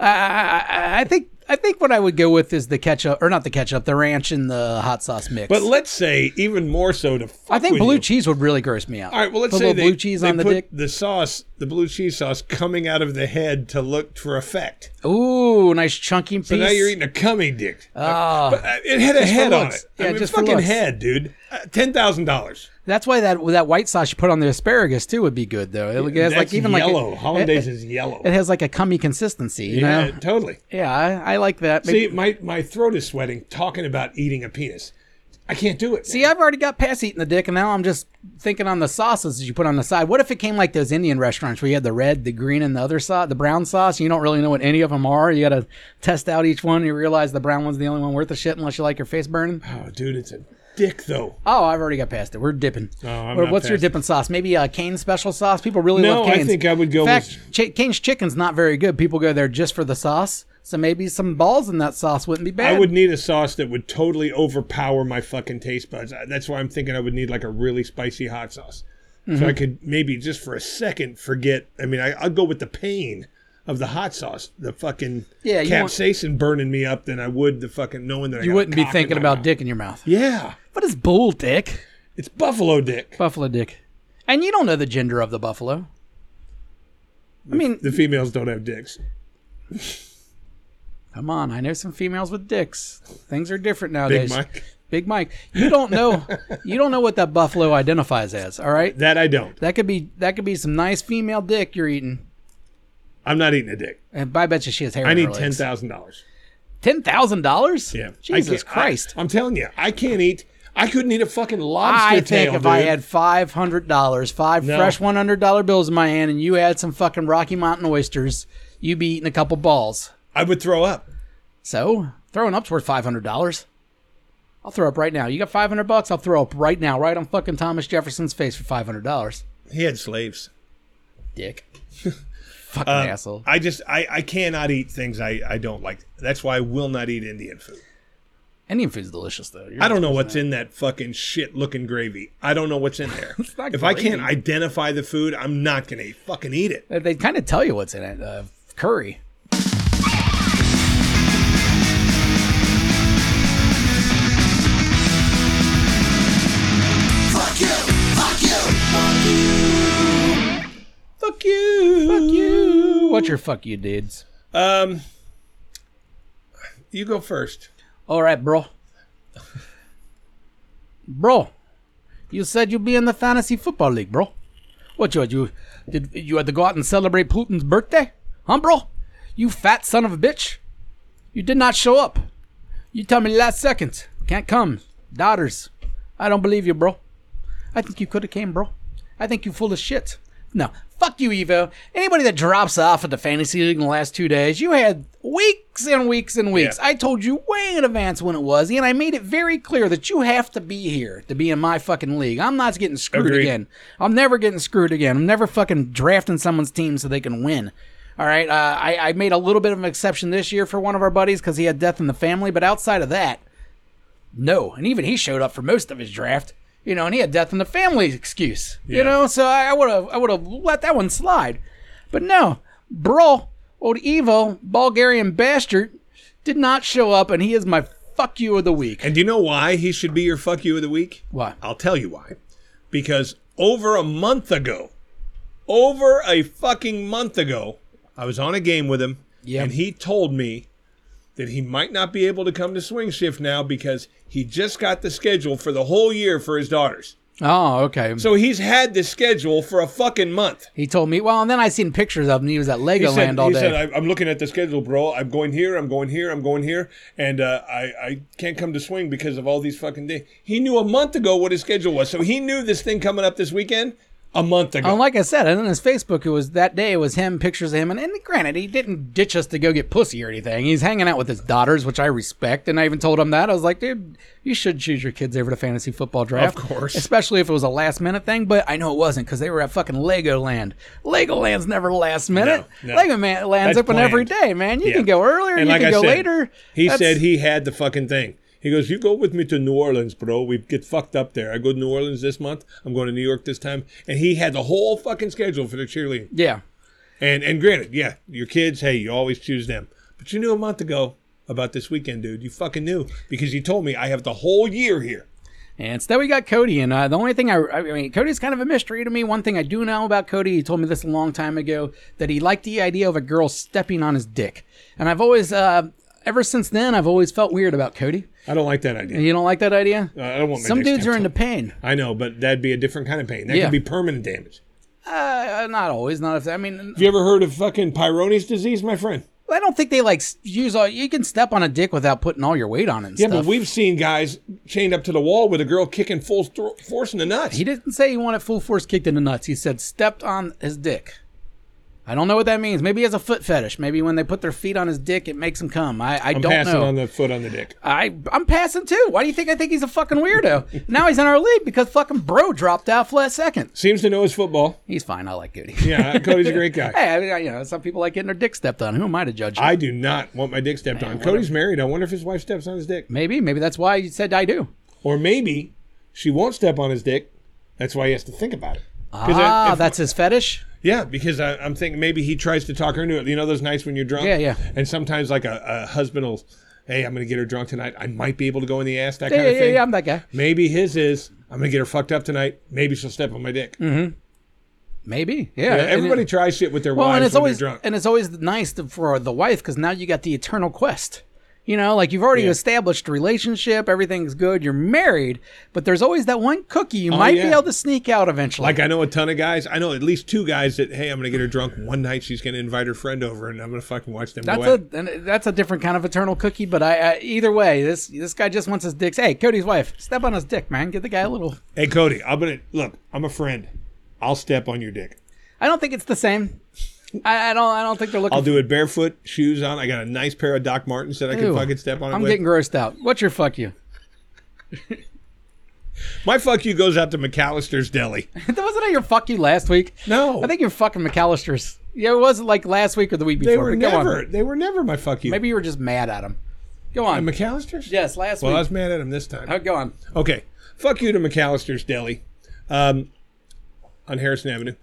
S2: I, I- I, I think I think what I would go with is the ketchup or not the ketchup, the ranch and the hot sauce mix.
S3: But let's say even more so to. Fuck
S2: I think
S3: with
S2: blue
S3: you.
S2: cheese would really gross me out.
S3: All right, well, let's
S2: Put a
S3: say
S2: little
S3: they,
S2: blue cheese
S3: they
S2: on the
S3: put
S2: dick.
S3: the sauce, the blue cheese sauce, coming out of the head to look for effect.
S2: Ooh, nice chunky piece.
S3: So now you're eating a cummy dick.
S2: Ah.
S3: But, uh, it had a
S2: for
S3: head on
S2: looks.
S3: it.
S2: Yeah,
S3: I mean,
S2: just for
S3: fucking
S2: looks.
S3: head, dude. Uh, Ten thousand dollars.
S2: That's why that that white sauce you put on the asparagus too would be good though. It has
S3: That's
S2: like even
S3: yellow.
S2: like a,
S3: Hollandaise
S2: it,
S3: is yellow.
S2: it has like a cummy consistency. You
S3: yeah,
S2: know?
S3: totally.
S2: Yeah, I, I like that. Maybe-
S3: See, my my throat is sweating talking about eating a penis. I can't do it.
S2: See, I've already got past eating the dick, and now I'm just thinking on the sauces that you put on the side. What if it came like those Indian restaurants where you had the red, the green, and the other sauce, the brown sauce? You don't really know what any of them are. You got to test out each one. You realize the brown one's the only one worth a shit unless you like your face burning.
S3: oh, dude, it's a dick though.
S2: Oh, I've already got past it. We're dipping.
S3: No, Oh, I'm
S2: Or
S3: not
S2: what's your
S3: past
S2: dipping sauce? Maybe a Cane special sauce. People really
S3: No,
S2: love Cane's.
S3: I think I would go
S2: In fact,
S3: with-
S2: Ch- Cane's chicken's not very good. People go there just for the sauce. So maybe some balls in that sauce wouldn't be bad.
S3: I would need a sauce that would totally overpower my fucking taste buds. I- That's why I'm thinking I would need like a really spicy hot sauce. So I
S2: Mhm.
S3: could maybe just for a second forget. I mean, I, I'll go with the pain of the hot sauce, the fucking
S2: Yeah, you want-
S3: capsaicin burning me up than I would the fucking knowing that I
S2: You
S3: got a
S2: wouldn't be
S3: cock in
S2: thinking
S3: my
S2: about
S3: mouth.
S2: dick in your mouth.
S3: Yeah,
S2: What is bull dick?
S3: it's buffalo dick.
S2: Buffalo dick. And you don't know the gender of the buffalo. I mean,
S3: The females don't have dicks.
S2: come on. I know some females with dicks. Things are different
S3: Big
S2: nowadays.
S3: Mike.
S2: Big Mike. You don't know. you don't know what that buffalo identifies as. All right.
S3: That I don't.
S2: That could be. That could be some nice female dick you're eating.
S3: I'm not eating a dick.
S2: And but I bet you she has hair.
S3: I
S2: in her
S3: need ten
S2: legs.
S3: thousand dollars.
S2: Ten thousand dollars?
S3: Yeah. I
S2: Jesus
S3: can't- I-
S2: Christ.
S3: I'm telling you, I can't eat. I couldn't eat a fucking lobster
S2: I
S3: tail.
S2: think if I
S3: dude.
S2: had five hundred dollars, five
S3: No.
S2: fresh one hundred dollar bills in my hand, and you had some fucking Rocky Mountain oysters, you'd be eating a couple balls.
S3: I would throw up.
S2: So throwing up's worth five hundred dollars. I'll throw up right now. You got five hundred bucks? I'll throw up right now, right on fucking Thomas Jefferson's face for five hundred dollars.
S3: He had slaves.
S2: Dick. fucking
S3: Uh,
S2: asshole.
S3: I just I, I cannot eat things I, I don't like. That's why I will not eat Indian food.
S2: Indian food's delicious though. You're
S3: I don't know what's in that fucking shit looking gravy. I don't know what's in there.
S2: not
S3: if I can't
S2: gravy.
S3: identify the food, I'm not gonna fucking eat it.
S2: They- They kind of tell you what's in it. Uh, curry.
S5: Fuck you, fuck you, fuck you.
S3: Fuck you. Fuck you.
S2: What's your fuck you dudes?
S3: Um You go first.
S2: All right, bro. Bro, you said you'd be in the fantasy football league, bro. What you had you did you had to go out and celebrate Putin's birthday? Huh, bro? You fat son of a bitch. You did not show up. You tell me last second. Can't come. Daughters. I don't believe you, bro. I think you could have came, bro. I think you full of shit. No. Fuck you, Evo. Anybody that drops off at the fantasy league in the last two days, you had weeks and weeks and weeks.
S3: Yeah.
S2: I told you way in advance when it was, and I made it very clear that you have to be here to be in my fucking league. I'm not getting screwed
S3: Agreed.
S2: again. I'm never getting screwed again. I'm never fucking drafting someone's team so they can win. All right. Uh, I, I made a little bit of an exception this year for one of our buddies because he had death in the family, but outside of that, no. And even he showed up for most of his draft, you know, and he had death in the family excuse, you
S3: Yeah.
S2: know. So I would have I would have let that one slide, but no, bro, old evil Bulgarian bastard did not show up, and he is my fuck you of the week.
S3: And do you know why he should be your fuck you of the week?
S2: Why?
S3: I'll tell you why. Because over a month ago, over a fucking month ago, I was on a game with him,
S2: Yep.
S3: and he told me that he might not be able to come to swing shift now because he just got the schedule for the whole year for his daughters.
S2: Oh, okay.
S3: So he's had the schedule for a fucking month.
S2: He told me. Well, and then I seen pictures of him. He was at
S3: He
S2: Legoland
S3: said,
S2: all
S3: he
S2: day.
S3: said I, I'm looking at the schedule, bro. I'm going here, I'm going here, I'm going here, and uh, I, I can't come to swing because of all these fucking days. He knew a month ago what his schedule was, so he knew this thing coming up this weekend. a month ago.
S2: And like I said, and on his Facebook, it was that day. It was him, pictures of him, and, and granted, he didn't ditch us to go get pussy or anything. He's hanging out with his daughters, which I respect, and I even told him that. I was like, dude, you should choose your kids over to fantasy football draft,
S3: Of course.
S2: especially if it was a last minute thing. But I know it wasn't because they were at fucking Legoland. Legoland's never last minute.
S3: No, no.
S2: Legoland lands
S3: That's
S2: open every
S3: planned.
S2: day, man. You
S3: Yeah.
S2: can go earlier, you can go later.
S3: He
S2: That's-
S3: said he had the fucking thing. He goes, You go with me to New Orleans, bro. We get fucked up there. I go to New Orleans this month. I'm going to New York this time. And he had the whole fucking schedule for the cheerleading.
S2: yeah.
S3: And and granted, yeah, your kids, hey, you always choose them. But you knew a month ago about this weekend, dude. You fucking knew because you told me I have the whole year here.
S2: And instead, we got Cody. And uh, the only thing I, I mean, Cody's kind of a mystery to me. One thing I do know about Cody, he told me this a long time ago, that he liked the idea of a girl stepping on his dick. And I've always, uh, ever since then, I've always felt weird about Cody.
S3: I don't like that idea.
S2: You don't like that idea?
S3: Uh, I don't want my
S2: Some
S3: dick
S2: dudes are
S3: stamped
S2: into
S3: on.
S2: pain.
S3: I know, but that'd be a different kind of pain. That
S2: Yeah.
S3: could be permanent damage.
S2: Uh, not always. Not if I mean,
S3: Have you ever heard of fucking Peyronie's disease, my friend?
S2: I don't think they like s- use all. You can step on a dick without putting all your weight on it. And
S3: Yeah,
S2: stuff.
S3: but we've seen guys chained up to the wall with a girl kicking full thro- force in the nuts.
S2: He didn't say he wanted full force kicked in the nuts. He said stepped on his dick. I don't know what that means. Maybe he has a foot fetish. Maybe when they put their feet on his dick, it makes him come. I, I
S3: I'm
S2: don't
S3: passing
S2: know.
S3: on the foot on the dick.
S2: I I'm passing too. Why do you think I think he's a fucking weirdo? now he's in our league because fucking bro dropped out flat second.
S3: Seems to know his football.
S2: He's fine. I like Goody.
S3: Yeah, Cody's a great guy.
S2: Hey, I mean, I- you know, some people like getting their dick stepped on. Who am I to judge?
S3: I do not want my dick stepped on. Cody's married. I wonder if his wife steps on his dick,
S2: maybe, maybe that's why you said I do.
S3: or maybe she won't step on his dick. That's why he has to think about it. 'Cause I-
S2: Ah,
S3: if-
S2: that's his fetish.
S3: Yeah, because I, I'm thinking maybe he tries to talk her into it. You know those nights when you're drunk.
S2: Yeah, yeah.
S3: And sometimes like a, a husband will, hey, I'm gonna get her drunk tonight. I might be able to go in the ass. That
S2: Yeah,
S3: kind
S2: yeah,
S3: of
S2: yeah,
S3: thing.
S2: yeah. I'm that guy.
S3: Maybe his is. I'm gonna get her fucked up tonight. Maybe she'll step on my dick.
S2: Maybe. Yeah.
S3: Yeah,
S2: Mm-hmm. and-
S3: everybody tries shit with their
S2: Well,
S3: wives
S2: and it's
S3: when
S2: always
S3: they're drunk.
S2: and it's always nice to, for the wife because now you got the eternal quest. You know, like you've already
S3: Yeah.
S2: established a relationship, everything's good, you're married, but there's always that one cookie you might be
S3: Oh, yeah.
S2: able to sneak out eventually.
S3: like I know a ton of guys. I know at least two guys that hey, I'm gonna get her drunk one night. She's gonna invite her friend over, and I'm gonna fucking watch them.
S2: that's
S3: go at
S2: a
S3: it.
S2: and that's a different kind of eternal cookie, but I, I either way, this this guy just wants his dicks. Hey, Cody's wife, step on his dick, man. Give the guy a little.
S3: Hey Cody, I'm gonna look. I'm a friend. I'll step on your dick.
S2: I don't think it's the same. I, I don't I don't think they're looking.
S3: I'll do it barefoot, shoes on. I got a nice pair of Doc Martens that I
S2: Ew.
S3: can fucking step on. it
S2: I'm
S3: with.
S2: getting grossed out. What's your fuck you?
S3: My fuck you goes out to McAllister's Deli.
S2: Wasn't that your fuck you last week?
S3: No.
S2: I think you're fucking McAllister's. Yeah, it was like last week or the week before.
S3: They were
S2: but go on.
S3: never. They were never my fuck you.
S2: Maybe you were just mad at him. Go on.
S3: McAllister's.
S2: yes, last
S3: Well, I
S2: week.
S3: was mad at him this time.
S2: Oh, go on.
S3: Okay. Fuck you to McAllister's Deli um, on Harrison Avenue.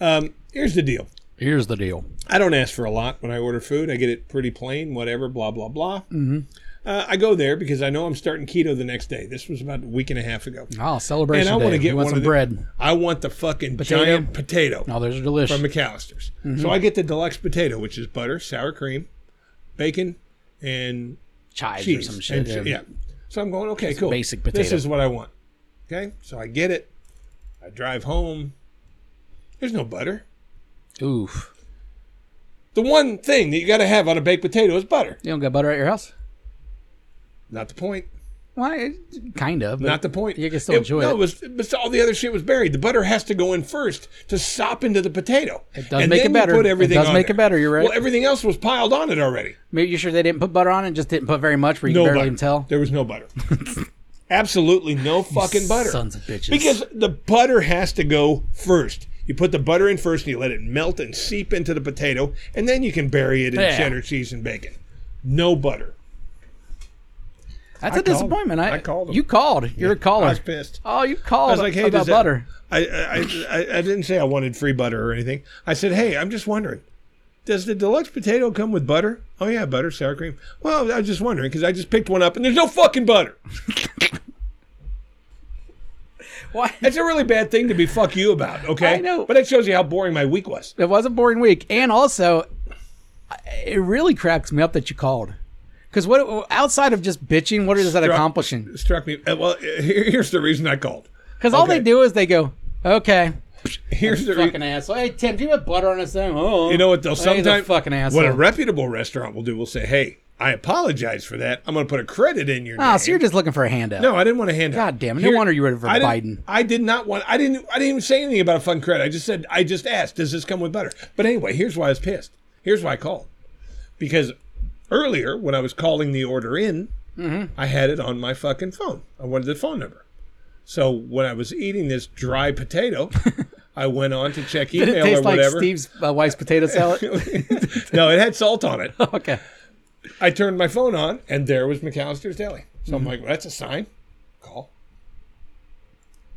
S3: Um, here's the deal.
S2: Here's the deal.
S3: I don't ask for a lot when I order food. I get it pretty plain, whatever, blah, blah, blah. Mm-hmm. Uh, I go there because I know I'm starting keto the next day. This was about a week and a half ago.
S2: Oh, celebration.
S3: and I
S2: want to
S3: get
S2: you
S3: one
S2: want
S3: of
S2: some
S3: the-
S2: bread.
S3: I want the fucking
S2: Potato? Mm-hmm.
S3: giant potato
S2: Oh, there's delicious.
S3: from McAllister's. So I get the deluxe potato, which is butter, sour cream, bacon, and
S2: chives or
S3: cheese.
S2: some
S3: and
S2: shit.
S3: ch- yeah. So I'm going, okay, cool.
S2: basic
S3: This
S2: potato.
S3: is what I want. Okay. So I get it. I drive home. There's no butter.
S2: Oof.
S3: The one thing that you got to have on a baked potato is butter.
S2: You don't got butter at your house?
S3: Not the point.
S2: Well, it- kind of. but-
S3: Not the point.
S2: You can still enjoy
S3: no,
S2: it.
S3: it was, but all the other shit was buried. The butter has to go in first to sop into the potato. It
S2: does make it better.
S3: Put
S2: It
S3: everything
S2: does
S3: on
S2: make it
S3: there.
S2: better, you're right.
S3: Well, everything else was piled on it already.
S2: Maybe you're sure they didn't put butter on it, just didn't put very much where you
S3: No
S2: can barely
S3: butter.
S2: even tell?
S3: There was no butter. Absolutely no fucking butter.
S2: Sons of bitches.
S3: Because the butter has to go first. You put the butter in first and you let it melt and seep into the potato, and then you can bury it in
S2: Yeah.
S3: cheddar cheese and bacon. No butter.
S2: That's
S3: I
S2: a
S3: called 'em.
S2: disappointment. I,
S3: I called 'em.
S2: You called. You're a caller.
S3: I was pissed.
S2: Oh, you called
S3: I was like, hey,
S2: about
S3: does that-
S2: butter.
S3: I, I, I, I didn't say I wanted free butter or anything. I said, hey, I'm just wondering, does the deluxe potato come with butter? Oh, yeah, butter, sour cream. Well, I was just wondering because I just picked one up and there's no fucking butter.
S2: Why?
S3: That's a really bad thing to be fuck you about, okay?
S2: I know.
S3: But that shows you how boring my week was.
S2: It was a boring week, and also, I- it really cracks me up that you called. Because what outside of just bitching, what is that accomplishing?
S3: It struck me. uh, Well, uh, here- here's the reason I called.
S2: Because all they
S3: Okay.
S2: do is they go, okay,
S3: Here's the
S2: fucking
S3: reason.
S2: asshole. Hey Tim, do you have butter on this thing? Oh,
S3: You know what? They'll
S2: Hey, he's a
S3: sometimes
S2: fucking asshole.
S3: what a reputable restaurant will do will say, "Hey, I apologize for that. I'm going to put a credit in your
S2: Ah,
S3: name.
S2: so you're just looking for a handout.
S3: No, I didn't want to hand
S2: God damn it. No wonder you were for
S3: I didn't-
S2: Biden.
S3: I did not want. I didn't. I didn't even say anything about a fun credit. I just said. I just asked. Does this come with butter? But anyway, here's why I was pissed. Here's why I called. Because earlier, when I was calling the order in,
S2: Mm-hmm.
S3: I had it on my fucking phone. I wanted the phone number. So when I was eating this dry potato, I went on to check
S2: Did it
S3: email or
S2: taste like
S3: whatever.
S2: Steve's uh, wife's potato salad?
S3: no, it had salt on it.
S2: okay.
S3: I turned my phone on, and there was McAllister's Deli. So
S2: Mm-hmm.
S3: I'm like, well, that's a sign. Call.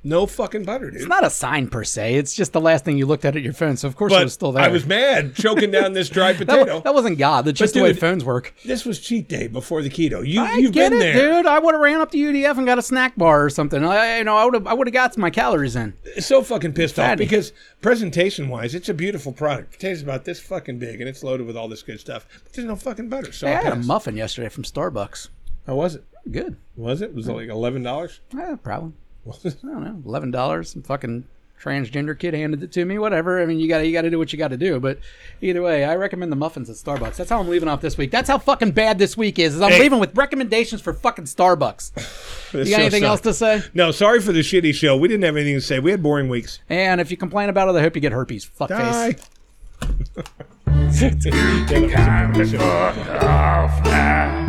S3: No fucking butter, dude.
S2: It's not a sign per se. It's just the last thing you looked at at your phone. So of course
S3: but
S2: it was still there.
S3: I was mad, choking down this dry
S2: that,
S3: potato.
S2: wa- that wasn't God. That's just the way
S3: dude,
S2: phones work.
S3: this was cheat day before the keto. You,
S2: I
S3: you've
S2: get
S3: been
S2: it,
S3: there.
S2: dude. I would have ran up to UDF and got a snack bar or something. I, you know, I would have, I would have got my calories in.
S3: It's so fucking pissed off
S2: Fatty.
S3: because presentation wise, it's a beautiful product. Potato's about this fucking big, and it's loaded with all this good stuff. But there's no fucking butter. So
S2: I
S3: I
S2: had a
S3: passed.
S2: muffin yesterday from Starbucks.
S3: How was it?
S2: Good.
S3: Was it? Was it like eleven dollars?
S2: Eh, probably. I don't know. Eleven dollars. Some fucking transgender kid handed it to me. Whatever. I mean, you gotta you gotta do what you gotta do. But either way, I recommend the muffins at Starbucks. That's how I'm leaving off this week. That's how fucking bad this week is. is I'm leaving with recommendations for fucking Starbucks. You got anything else to say?
S3: No, sorry for the shitty show. We didn't have anything to say. We had boring weeks.
S2: And if you complain about it, I hope you get herpes. Fuck face.
S3: Bye. Yeah, that was a-
S1: off now.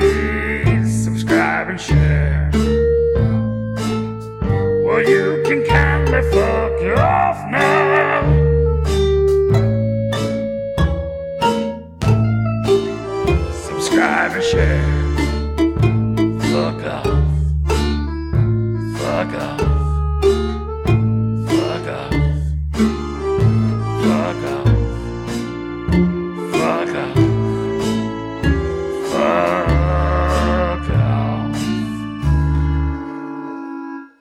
S1: Please subscribe and share. Well, you can kindly fuck off now. Subscribe and share. Fuck off. Fuck off.